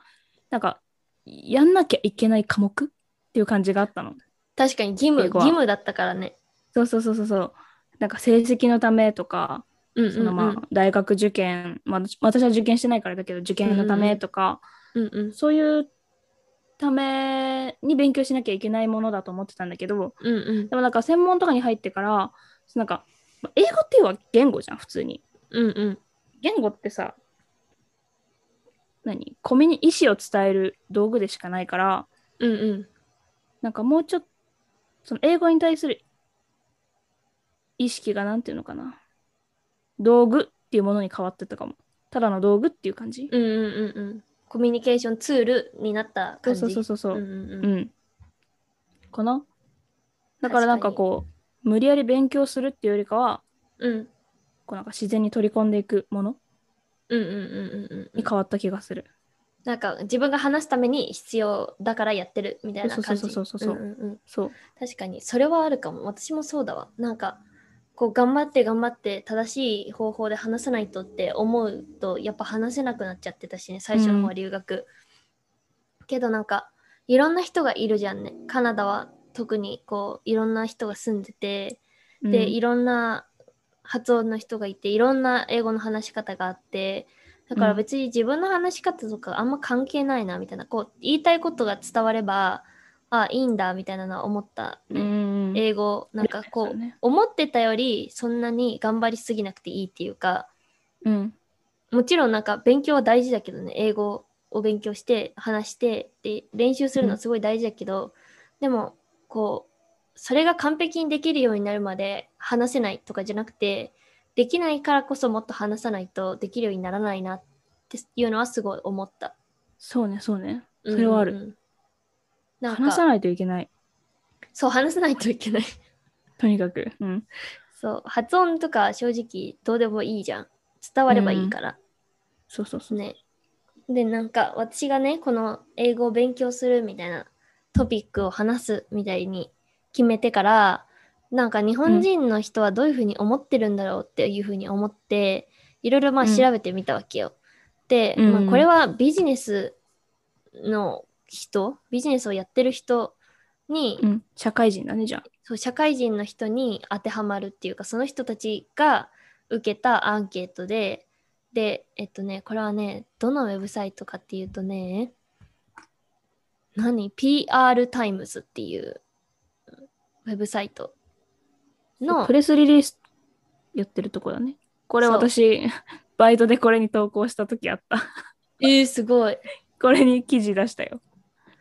S2: なんか、やんなきゃいけない科目っていう感じがあったの。
S1: 確かに義務
S2: 英
S1: 義
S2: 語は
S1: 務だったからね
S2: そうそうそうそうそう。なんか成績のためとか、
S1: うんうん
S2: そのまあ大学受験、まあ、私は受験してないからだけど受験のためとか、
S1: うんうん
S2: そういうために勉強しなきゃいけないものだと思ってたんだけど、
S1: うんうん
S2: でもなんか専門とかに入ってからなんかまあ英語っていうのは言語じゃん普通に
S1: うんうん
S2: 言語ってさ何コミュニ意思を伝える道具でしかないから
S1: うんうん
S2: なんかもうちょっとその英語に対する意識がなんていうのかな道具っていうものに変わってたかもただの道具っていう感じ
S1: うんうんうんうんコミュニケーションツールになった
S2: そ
S1: 感
S2: う
S1: じ
S2: そうそうそうそう
S1: うん
S2: う
S1: うんうん
S2: ん、かなだからなんかこう無理やり勉強するっていうよりかは
S1: うん
S2: こうなんか自然に取り込んでいくもの
S1: うんうんうんうんうん
S2: に変わった気がする。
S1: なんか自分が話すために必要だからやってるみたいな感じ
S2: そうそうそうそうそうそうん
S1: んん
S2: そう。
S1: 確かにそれはあるかも私もそうだわなんかこう頑張って頑張って正しい方法で話さないとって思うとやっぱ話せなくなっちゃってたしね最初の方
S2: う
S1: は留学、けどなんかいろんな人がいるじゃんねカナダは特にこういろんな人が住んでてで、い
S2: ろ
S1: ろんな発音の人がいていろんな英語の話し方があってだから別に自分の話し方とかあんま関係ないなみたいなこう言いたいことが伝わればあいいんだみたいなのは思った、ね
S2: ん
S1: 英語なんかこ
S2: そう
S1: う
S2: ね
S1: 思ってたよりそんなに頑張りすぎなくていいっていうか
S2: うん、
S1: もちろんなんか勉強は大事だけどね英語を勉強して話してで練習するのはすごい大事だけど、でもこうそれが完璧にできるようになるまで話せないとかじゃなくてできないからこそもっと話さないとできるようにならないなっていうのはすごい思った。
S2: そうね、そうね。それはある。
S1: うんうんうんなんか
S2: 話さないといけない。
S1: そう話さないといけない
S2: とにかく。うん。
S1: そう発音とか正直どうでもいいじゃん伝わればいいから、
S2: そうそうそう。
S1: ね。で、なんか私がね、この英語を勉強するみたいなトピックを話すみたいに決めてから、なんか日本人の人はどういうふうに思ってるんだろうっていうふうに思って、いろいろまあ
S2: うん
S1: 調べてみたわけよ。で、
S2: うん
S1: まあ、これはビジネスの人、ビジネスをやってる人に、
S2: うん、社会人だね、じゃあ。
S1: そう社会人の人に当てはまるっていうかその人たちが受けたアンケートででえっとねこれはねどのウェブサイトかっていうとね何 PR タイムズっていうウェブサイトの
S2: プレスリリースやってるとこだね。これ
S1: そう
S2: 私、 バイトでこれに投稿した時あった。
S1: えー、すごい
S2: これに記事出したよ。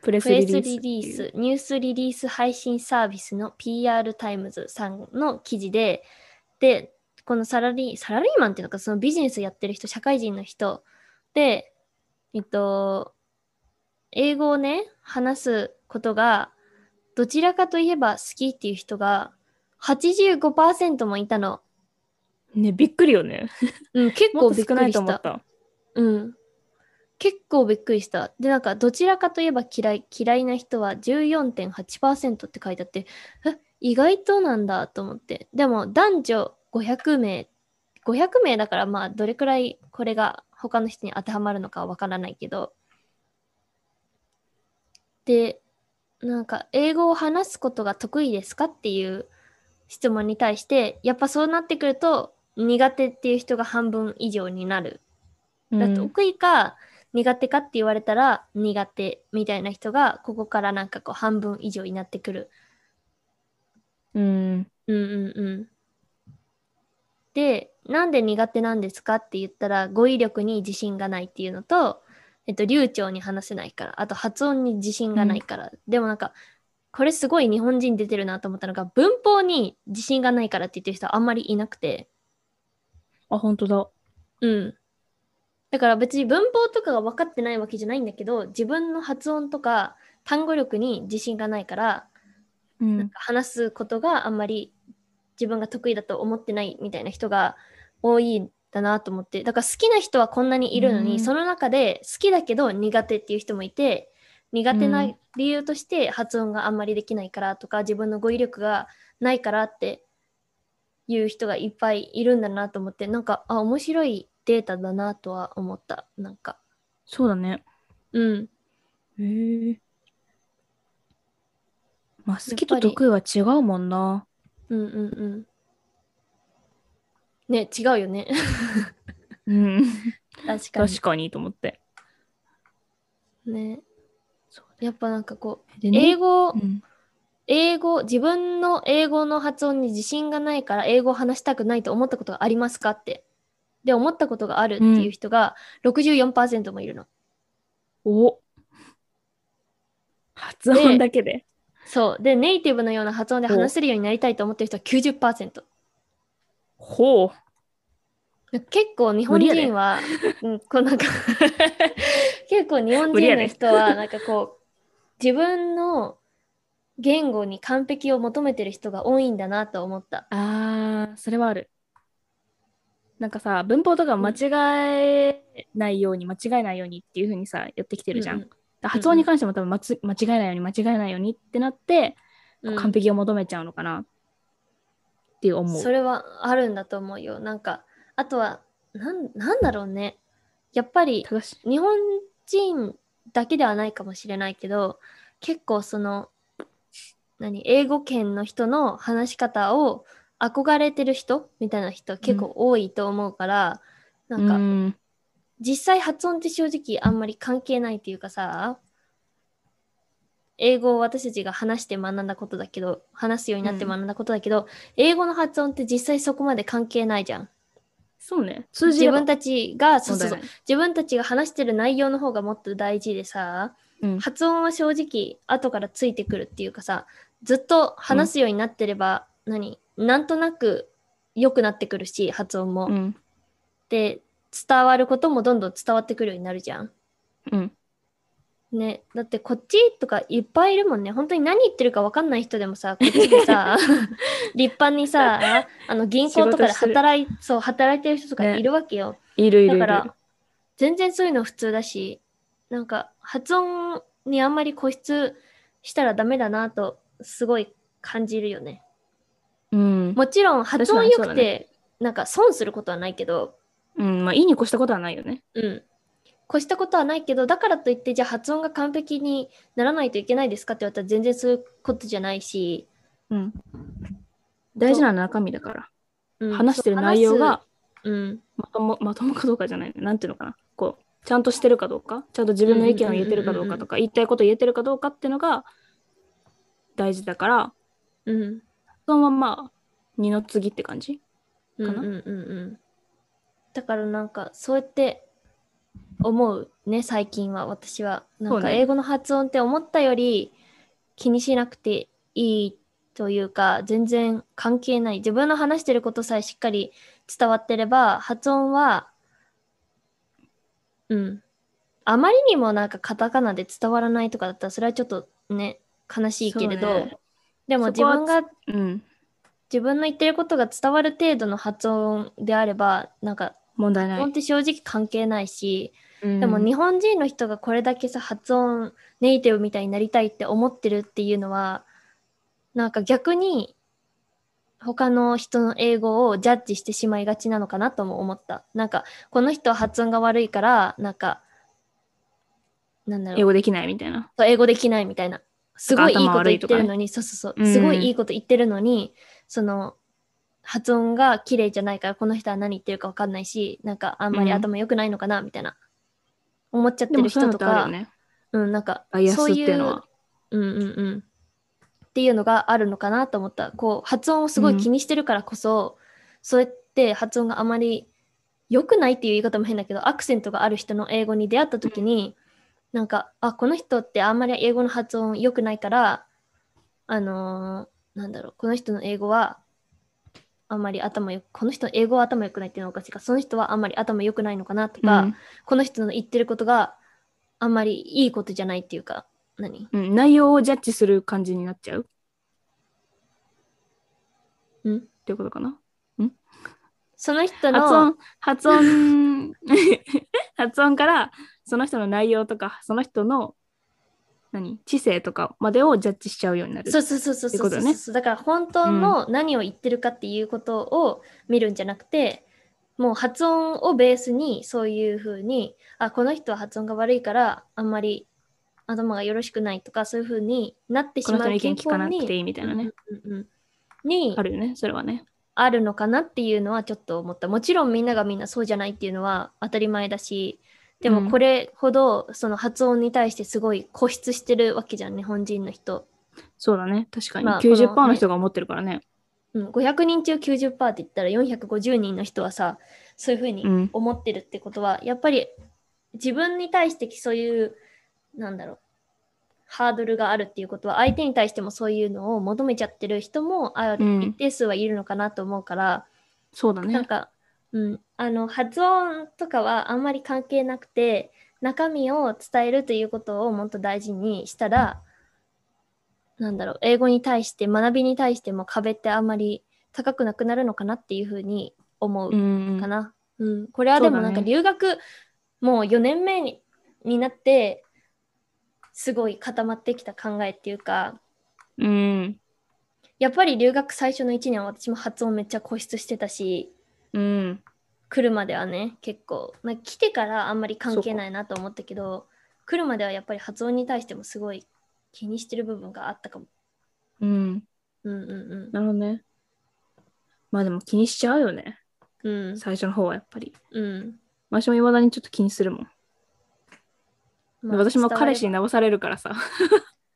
S2: プレス
S1: プレ
S2: リリー
S1: ス
S2: スっていう
S1: リリース、ニュースリリース配信サービスの PR タイムズさんの記事で、で、このサラリーサラリーマンっていうのかそのビジネスやってる人社会人の人でえっと英語をね話すことがどちらかといえば好きっていう人が85%もいたの、
S2: ね、びっくりよね。
S1: うん、結
S2: も
S1: 構
S2: っと
S1: びっ
S2: 少
S1: く
S2: ない
S1: り
S2: と
S1: し
S2: 思ったた。
S1: うん。結構びっくりした。で、なんか、どちらかといえば嫌い、嫌いな人は14.8%って書いてあって、え、意外となんだと思って。でも、男女500名、500名だから、まあ、どれくらいこれが他の人に当てはまるのかわからないけど。で、なんか、英語を話すことが得意ですかっていう質問に対して、やっぱそうなってくると、苦手っていう人が半分以上になる。だ
S2: うん
S1: 得意か苦手かって言われたら苦手みたいな人がここからなんかこう半分以上になってくる。
S2: うん。
S1: うんうんうん。でなんで苦手なんですかって言ったら語彙力に自信がないっていうのと、えっと、流暢に話せないからあと発音に自信がないから、でもなんかこれすごい日本人出てるなと思ったのが文法に自信がないからって言ってる人はあんまりいなくて。
S2: あ、本当だ。
S1: うん。だから別に文法とかが分かってないわけじゃないんだけど自分の発音とか単語力に自信がないから、
S2: う
S1: なん
S2: ん。
S1: か話すことがあんまり自分が得意だと思ってないみたいな人が多いんだなと思ってだから好きな人はこんなにいるのに、
S2: うん
S1: その中で好きだけど苦手っていう人もいて苦手な
S2: うん
S1: 理由として発音があんまりできないからとか自分の語彙力がないからっていう人がいっぱいいるんだなと思ってなんかあ面白いデータだなとは思ったなんか
S2: そうだね。
S1: うん
S2: へえ。まあ、好き
S1: や
S2: と
S1: っぱり
S2: 得意は違うもんな。
S1: うんうんうんね違うよね
S2: うん。
S1: 確かに
S2: 確かにと思って。
S1: ね
S2: そう
S1: やっぱなんかこう
S2: でね
S1: 英語、
S2: うん
S1: 英語自分の英語の発音に自信がないから英語を話したくないと思ったことがありますかってで思ったことがあるっていう人が64%もいるの、
S2: お発音だけで。
S1: そうでネイティブのような発音で話せるようになりたいと思ってる人は90%
S2: ほう。
S1: 結構日本人は、 うん、こうなんか結構日本
S2: 無理や
S1: 人の
S2: ね
S1: 人はなんかこう自分の言語に完璧を求めてる人が多いんだなと思った
S2: あー、それはある。なんかさ、文法とか間違えないように、間違えないようにっていう風にさ、やってきてるじゃ
S1: う
S2: ん。だから発音に関しても多分まつ間違えないように、間違えないようにってなって、
S1: うんうん
S2: 完璧を求めちゃうのかなっていう思う。
S1: それはあるんだと思うよなんかあとはなんなんだろうねやっぱり
S2: 正しい。
S1: 日本人だけではないかもしれないけど結構その何英語圏の人の話し方を憧れてる人みたいな人結構多いと思うから、なんか、
S2: うん
S1: 実際発音って正直あんまり関係ないっていうかさ英語を私たちが話して学んだことだけど話すようになって
S2: うん
S1: 学んだことだけど、英語の発音って実際そこまで関係ないじゃん
S2: そうね。通じ
S1: 自
S2: れば
S1: 分たちがそうそ
S2: 問
S1: う
S2: 題
S1: そ
S2: な
S1: う
S2: い
S1: 自分たちが話してる内容の方がもっと大事でさ
S2: うん
S1: 発音は正直後からついてくるっていうかさずっと話すようになってれば、何なんとなく良くなってくるし発音も、
S2: うん。
S1: で伝わることもどんどん伝わってくるようになるじゃん
S2: うん。
S1: ね、だってこっちとかいっぱいいるもんね本当に何言ってるか分かんない人でもさこっちで さ立派にさあの銀行とかで
S2: 仕事してる
S1: 働いそう働いてる人とかいるわけよ、
S2: いるいるい
S1: だ
S2: る。
S1: から全然そういうの普通だしなんか発音にあんまり固執したらダメだなとすごい感じるよね
S2: うん。
S1: もちろん発音良
S2: 確
S1: く
S2: かにそうだ
S1: てなんか損することはないけど
S2: うん。まあ、いいに越したことはないよね。
S1: うん。越したことはないけど、だからといって、じゃあ発音が完璧にならないといけないですかって言われたら全然そういうことじゃないし、
S2: うん。大事なのは中身だから。
S1: うん
S2: 話してる内容が、
S1: そう話す
S2: まともまともかどうかじゃないなんていうのかなこうちゃんとしてるかどうかちゃんと自分の意見を言えてるかどうかとか言いたいこと言えてるかどうかっていうのが大事だから
S1: うん、うん、
S2: そのまんま二の次って感じ
S1: うん、
S2: か
S1: うん
S2: な
S1: うんうん。だからなんか、そうやって思うね、最近は私は。な
S2: そ
S1: ん
S2: う
S1: か
S2: ね
S1: 英語の発音って思ったより気にしなくていいというか、全然関係ない。自分の話してることさえしっかり伝わってれば発音はうんあまりにもなんかカタカナで伝わらないとかだったらそれはちょっとね悲しいけれど、
S2: そうね
S1: でも
S2: そ
S1: 自
S2: こは
S1: 分が
S2: うん、
S1: 自分の言ってることが伝わる程度の発音であればなんか
S2: 問題な
S1: 音っ
S2: い。
S1: て正直関係ないし、
S2: で
S1: でも日本人の人がこれだけさ発音ネイティブみたいになりたいって思ってるっていうのはなんか逆に他の人の英語をジャッジしてしまいがちなのかなとも思ったなんかこの人は発音が悪いからなんかなんだろう
S2: 英語できないみたいな。
S1: そう英語できないみたいな。すごいいいこと言ってるのに、そうそうそう。
S2: うん
S1: すごいいいこと言ってるのに、その、発音が綺麗じゃないから、この人は何言ってるか分かんないし、なんかあんまり
S2: うん
S1: 頭良くないのかな、みたいな。思っちゃって
S2: でも
S1: る
S2: そうい
S1: 人
S2: うのっ
S1: と
S2: てあ
S1: か、
S2: るよね。
S1: うん、なんか、
S2: バイアスっ
S1: そ
S2: て
S1: う
S2: いうの
S1: う
S2: は。、
S1: うんうんうん。っていうのがあるのかなと思った。こう、発音をすごい気にしてるからこそ、そうやって発音があまり良くないっていう言い方も変だけど、アクセントがある人の英語に出会った時に、なんか、あ、この人ってあんまり英語の発音良くないから、あのーなんだろう、この人の英語は、あんまり頭よく、この人の英語は頭良くないっていうのはおかしいか、その人はあんまり頭良くないのかなとか、
S2: うん
S1: この人の言ってることがあんまりいいことじゃないっていうか、何
S2: うん、内容をジャッジする感じになっちゃうっ
S1: うん
S2: ていうことかな。
S1: その人
S2: 発
S1: の
S2: 音、発音、 発音からその人の内容とか、その人の何知性とかまでをジャッジしちゃうようになる。
S1: そうそうそうそう
S2: って
S1: そ
S2: こ
S1: う
S2: と
S1: そ
S2: だ
S1: う
S2: ね
S1: だから本当の何を言ってるかっていうことを見るんじゃなくて、もう発音をベースにそういうふうにあこの人は発音が悪いからあんまり頭がよろしくないとかそういうふうになってし
S2: この
S1: ま
S2: 人
S1: う
S2: の意見
S1: 傾
S2: 聞か
S1: 向
S2: なくて
S1: に
S2: いいみたいなね。
S1: うんうんうんに
S2: あるよね、それはね。
S1: あるのかなっていうのはちょっと思ったもちろんみんながみんなそうじゃないっていうのは当たり前だしで
S2: うん
S1: もこれほどその発音に対してすごい固執してるわけじゃん日本人の人
S2: そうだね、確かに。
S1: まあ
S2: 90%
S1: この
S2: の
S1: ね
S2: 人が思ってるからね。
S1: うん、500人中90%って言ったら450人の人はさそういうふう
S2: う
S1: に
S2: ん。
S1: 思ってるってことは、やっぱり自分に対してそういうなんだろうハードルがあるっていうことは相手に対してもそういうのを求めちゃってる人もあ
S2: うん
S1: 一定数はいるのかなと思うから、
S2: そうだ
S1: なん
S2: ね。
S1: か、うん、あの発音とかはあんまり関係なくて中身を伝えるということをもっと大事にしたらなんだろう英語に対して学びに対しても壁ってあんまり高くなくなるのかなっていうふうに思う
S2: う
S1: うんか。な、うんこれはでも
S2: そう
S1: な
S2: だね
S1: んか留学、もう4年目にになってすごい固まってきた考えっていうか
S2: うん。
S1: やっぱり留学最初の1年は私も発音めっちゃ固執してたし
S2: うん。
S1: 来るまではね結構、まあ、来てからあんまり関係ないなと思ったけど来るまではやっぱり発音に対してもすごい気にしてる部分があったかも。
S2: うん。
S1: うんうん
S2: なるほどね。まあでも気にしちゃうよね。
S1: うん。うん
S2: 最初の方はやっぱり。
S1: うん
S2: 私も未だにちょっと気にするもん。
S1: まあ
S2: 私
S1: 伝わ
S2: も
S1: れば
S2: 彼氏に直されるからさ。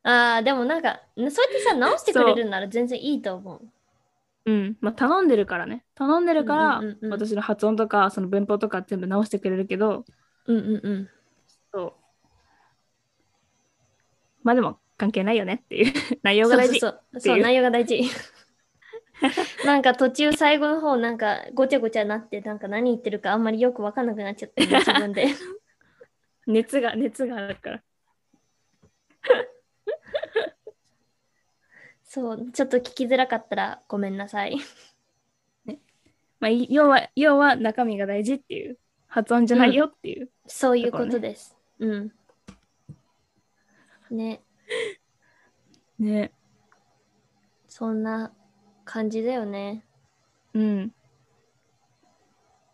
S1: ああでもなんかそうやってさ直してくれるなら全然いいと思う。
S2: うん。まあ頼んでるからね。頼んでるから、
S1: うんうんうんうん
S2: 私の発音とか、その文法とか全部直してくれるけど、
S1: うんうんうん。
S2: そう。まあでも関係ないよねっていう 内容
S1: そ
S2: が
S1: う
S2: 大
S1: そう
S2: 事。
S1: そう
S2: ていう
S1: そう内容が大 事。なんか途中最後の方なんかごちゃごちゃなってなんか何言ってるかあんまりよく分かんなくなっちゃって自分 で。
S2: 熱が、熱があるから。
S1: そうちょっと聞きづらかったらごめんなさい。
S2: まあ、い要は、要は中身が大事っていう。発音じゃないよっていう。
S1: そういうことです。うん。ね、
S2: ね。
S1: そんな感じだよね。
S2: うん。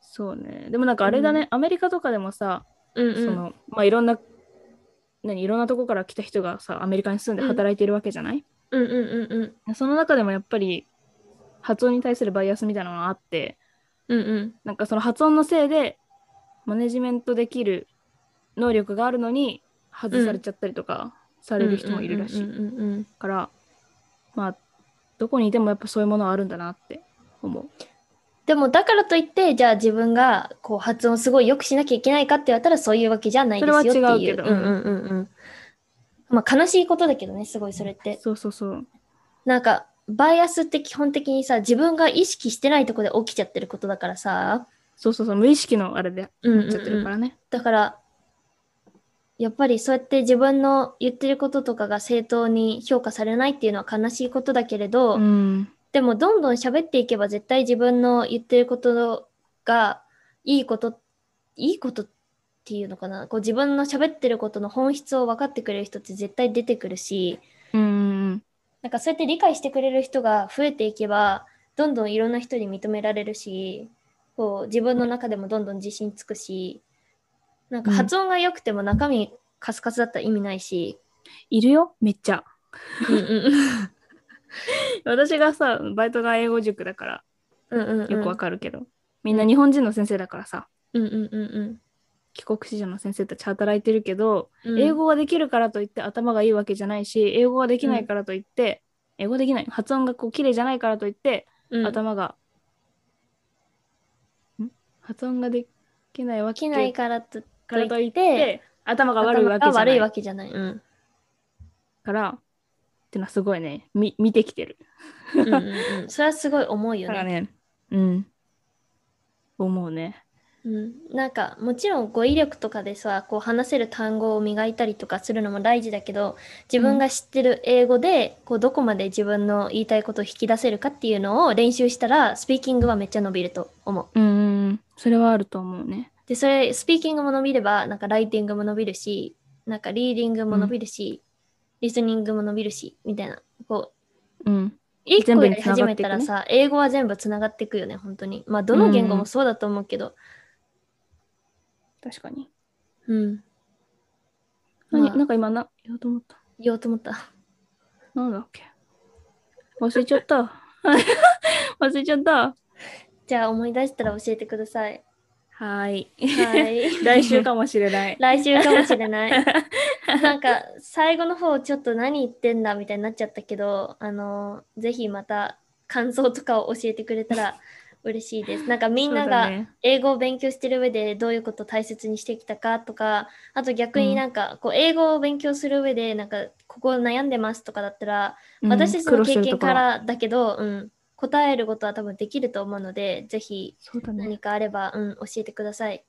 S2: そうね。でもなんかあれだね、アメリカとかでもさ、
S1: うん
S2: そのまあ、いろんな何いろんなとこから来た人がさアメリカに住んで
S1: うん
S2: 働いてるわけじゃない、
S1: うんうんうん
S2: その中でもやっぱり発音に対するバイアスみたいなのがあって
S1: うん。うんうん。
S2: なんかその発音のせいでマネジメントできる能力があるのに外されちゃったりとかされる人もいるらし
S1: うん
S2: い
S1: うんうんうん。
S2: からまあどこにいてもやっぱそういうものはあるんだなって思う。
S1: でもだからといって、じゃあ自分がこう発音すごい良くしなきゃいけないかって言われたらそういうわけじゃないですよっていう。
S2: それは違うけど
S1: うんうんうんうん。まあ悲しいことだけどね、すごいそれって。
S2: そうそうそう。
S1: なんかバイアスって基本的にさ自分が意識してないとこで起きちゃってることだからさ、
S2: そうそうそう無意識のあれで
S1: うんうんうん
S2: やっちゃってるからね、
S1: だからやっぱりそうやって自分の言ってることとかが正当に評価されないっていうのは悲しいことだけれど、
S2: うん
S1: でもどんどん喋っていけば絶対自分の言ってることがいいこといいことっていうのかなこう自分の喋ってることの本質を分かってくれる人って絶対出てくるし
S2: うんうん
S1: なんかそうやって理解してくれる人が増えていけばどんどんいろんな人に認められるしこう自分の中でもどんどん自信つくしなんか
S2: うん
S1: 発音が良くても中身カスカスだったら意味ないし、
S2: いるよめっちゃ
S1: うんうん
S2: 私がさバイトが英語塾だから
S1: うんうんうん
S2: よくわかるけど、みんな日本人の先生だからさ
S1: うんうんうん
S2: 帰国子女の先生たち働いてるけど、
S1: うん
S2: 英語ができるからといって頭がいいわけじゃないし英語ができないからといって、英語できない発音がこう綺麗じゃないからといって、
S1: うん
S2: 頭がん発音ができないわ
S1: 起き
S2: け
S1: ないからと
S2: からといっ
S1: といって
S2: 頭が悪いわけ
S1: 頭
S2: じ
S1: が
S2: ゃ
S1: 悪い
S2: ない
S1: わけじゃない。うん。
S2: からってのはすごいねみ見てきてる
S1: うんうんうん、それはすごい重いよ
S2: だから
S1: ね。
S2: ねうん思うね
S1: うん、なんかもちろん語彙力とかでさこう話せる単語を磨いたりとかするのも大事だけど自分が知ってる英語でこうどこまで自分の言いたいことを引き出せるかっていうのを練習したらスピーキングはめっちゃ伸びると思う。
S2: うんうんそれはあると思うね
S1: でそれスピーキングも伸びればなんかライティングも伸びるしなんかリーディングも伸びるし、リスニングも伸びるしみたいなこう
S2: うん
S1: 一
S2: 全
S1: 個
S2: 部
S1: や
S2: に
S1: り
S2: 繋
S1: 始
S2: がっ
S1: め
S2: ていく
S1: たら
S2: ね
S1: さ、英語は全部つながっていくよね、本当に。まあ、どの言語もそうだと思うけど。
S2: 確かに
S1: うん。
S2: 何、
S1: まあ
S2: なんか今な言おうと思った
S1: 言おうと思った。
S2: なんだっけ忘れちゃった忘れちゃった
S1: じゃあ、思い出したら教えてください。
S2: はい
S1: はい。
S2: 来週かもしれない
S1: 来週かもしれ ない。なんか、最後の方、ちょっと何言ってんだみたいになっちゃったけど、あのぜひまた感想とかを教えてくれたら嬉しいです。なんか、 みんなが、
S2: そうだね
S1: 英語を勉強してる上でどういうことを大切にしてきたかとかあと逆になんかこう英語を勉強する上でなんかここ悩んでますとかだったら、
S2: うん
S1: 私たち
S2: 苦
S1: の
S2: 労して
S1: 経
S2: ると
S1: 験
S2: こ
S1: か
S2: ろ
S1: らだけど、うん、答えることは多分できると思うのでぜひ
S2: そうだね
S1: 何かあれば、うん、教えてください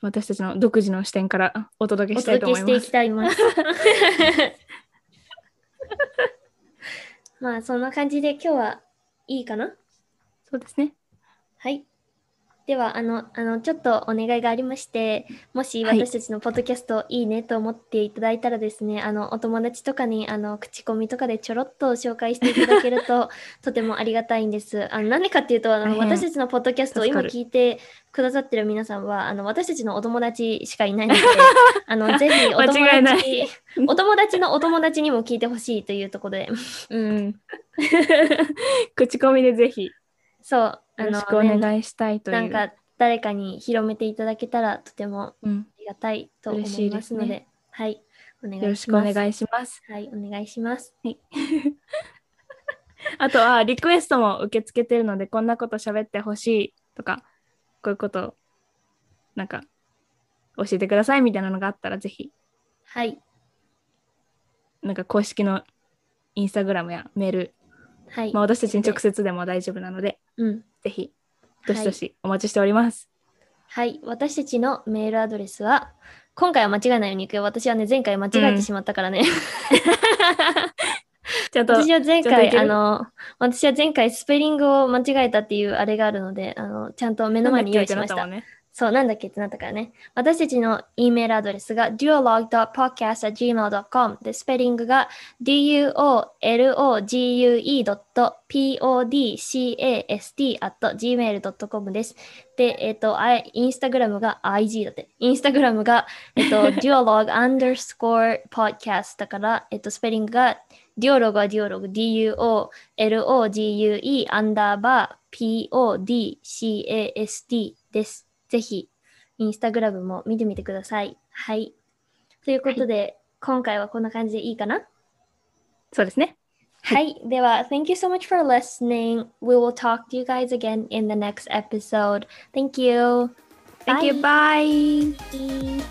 S2: 私たちの独自の視点からお届け
S1: お
S2: したい
S1: 届
S2: と
S1: け
S2: 思
S1: し
S2: い
S1: て
S2: ま
S1: い
S2: す
S1: きたいます まあそんな感じで今日はいいかな
S2: そうですね
S1: はい。ではあのあのちょっとお願いがありましてもし
S2: はい
S1: 私たちのポッドキャストいいねと思っていただいたらですね、あのお友達とかにあの口コミとかでちょろっと紹介していただける ととてもありがたいんです。あの何かっていうとあの
S2: 大変
S1: 私たちのポッドキャストを
S2: 助
S1: 今
S2: かる
S1: 聞いてくださってる皆さんはあの私たちのお友達しかいない のであのぜひお友
S2: 間違いな
S1: 達お友達のお友達にも聞いてほしいというところで
S2: うん口コミでぜひよ
S1: そうあの
S2: ろしくお
S1: ね
S2: 願いしたいという
S1: なんか誰かに広めていただけたらとても
S2: うん
S1: ありがたいと思
S2: 嬉し
S1: い
S2: い
S1: ま
S2: ですす
S1: ので、
S2: ね
S1: はい、お願いします。
S2: よろしくお願いします
S1: はい、お願いします。
S2: あとはリクエストも受け付けてるのでこんなこと喋ってほしいとかこういうことなんか教えてくださいみたいなのがあったらぜひ
S1: はい、
S2: なんか公式のインスタグラムやメール、
S1: はい、
S2: まあ、私たちに直接でも大丈夫なので
S1: うん、
S2: ぜひどしどしお待ちしております。
S1: はい、はい、私たちのメールアドレスは、今回は間違えないようにいくよ。私はね、前回間違え
S2: う
S1: て
S2: ん
S1: しまったからね。
S2: ちゃんと
S1: 私は前
S2: ちゃんと
S1: 回、
S2: いける
S1: あの、私は前回スペリングを間違えたっていうあれがあるので、あの、ちゃんと目の前に用意しました。
S2: なんだっけってなったもんね
S1: そう、なんだっけってなったからね。私たちの E メールアドレスが duolog.podcast.gmail.com で、スペリングが duologue.podcast.gmail.com です。で、えっ、と、あいインスタグラムが IG だって。インスタグラムが、えっ、と、duolog underscore podcast だから、えっ、と、スペリングが duolog は duolog, duo LOGUE アンダーバー PODCAST です。ぜひ、インスタグラムも見てみてください。はい。ということで、今回はこんな感じでいいかな
S2: そうですね。
S1: はい。では、Thank you so much for listening. We will talk to you guys again in the next episode. Thank you.
S2: Thank you. Bye.
S1: Bye.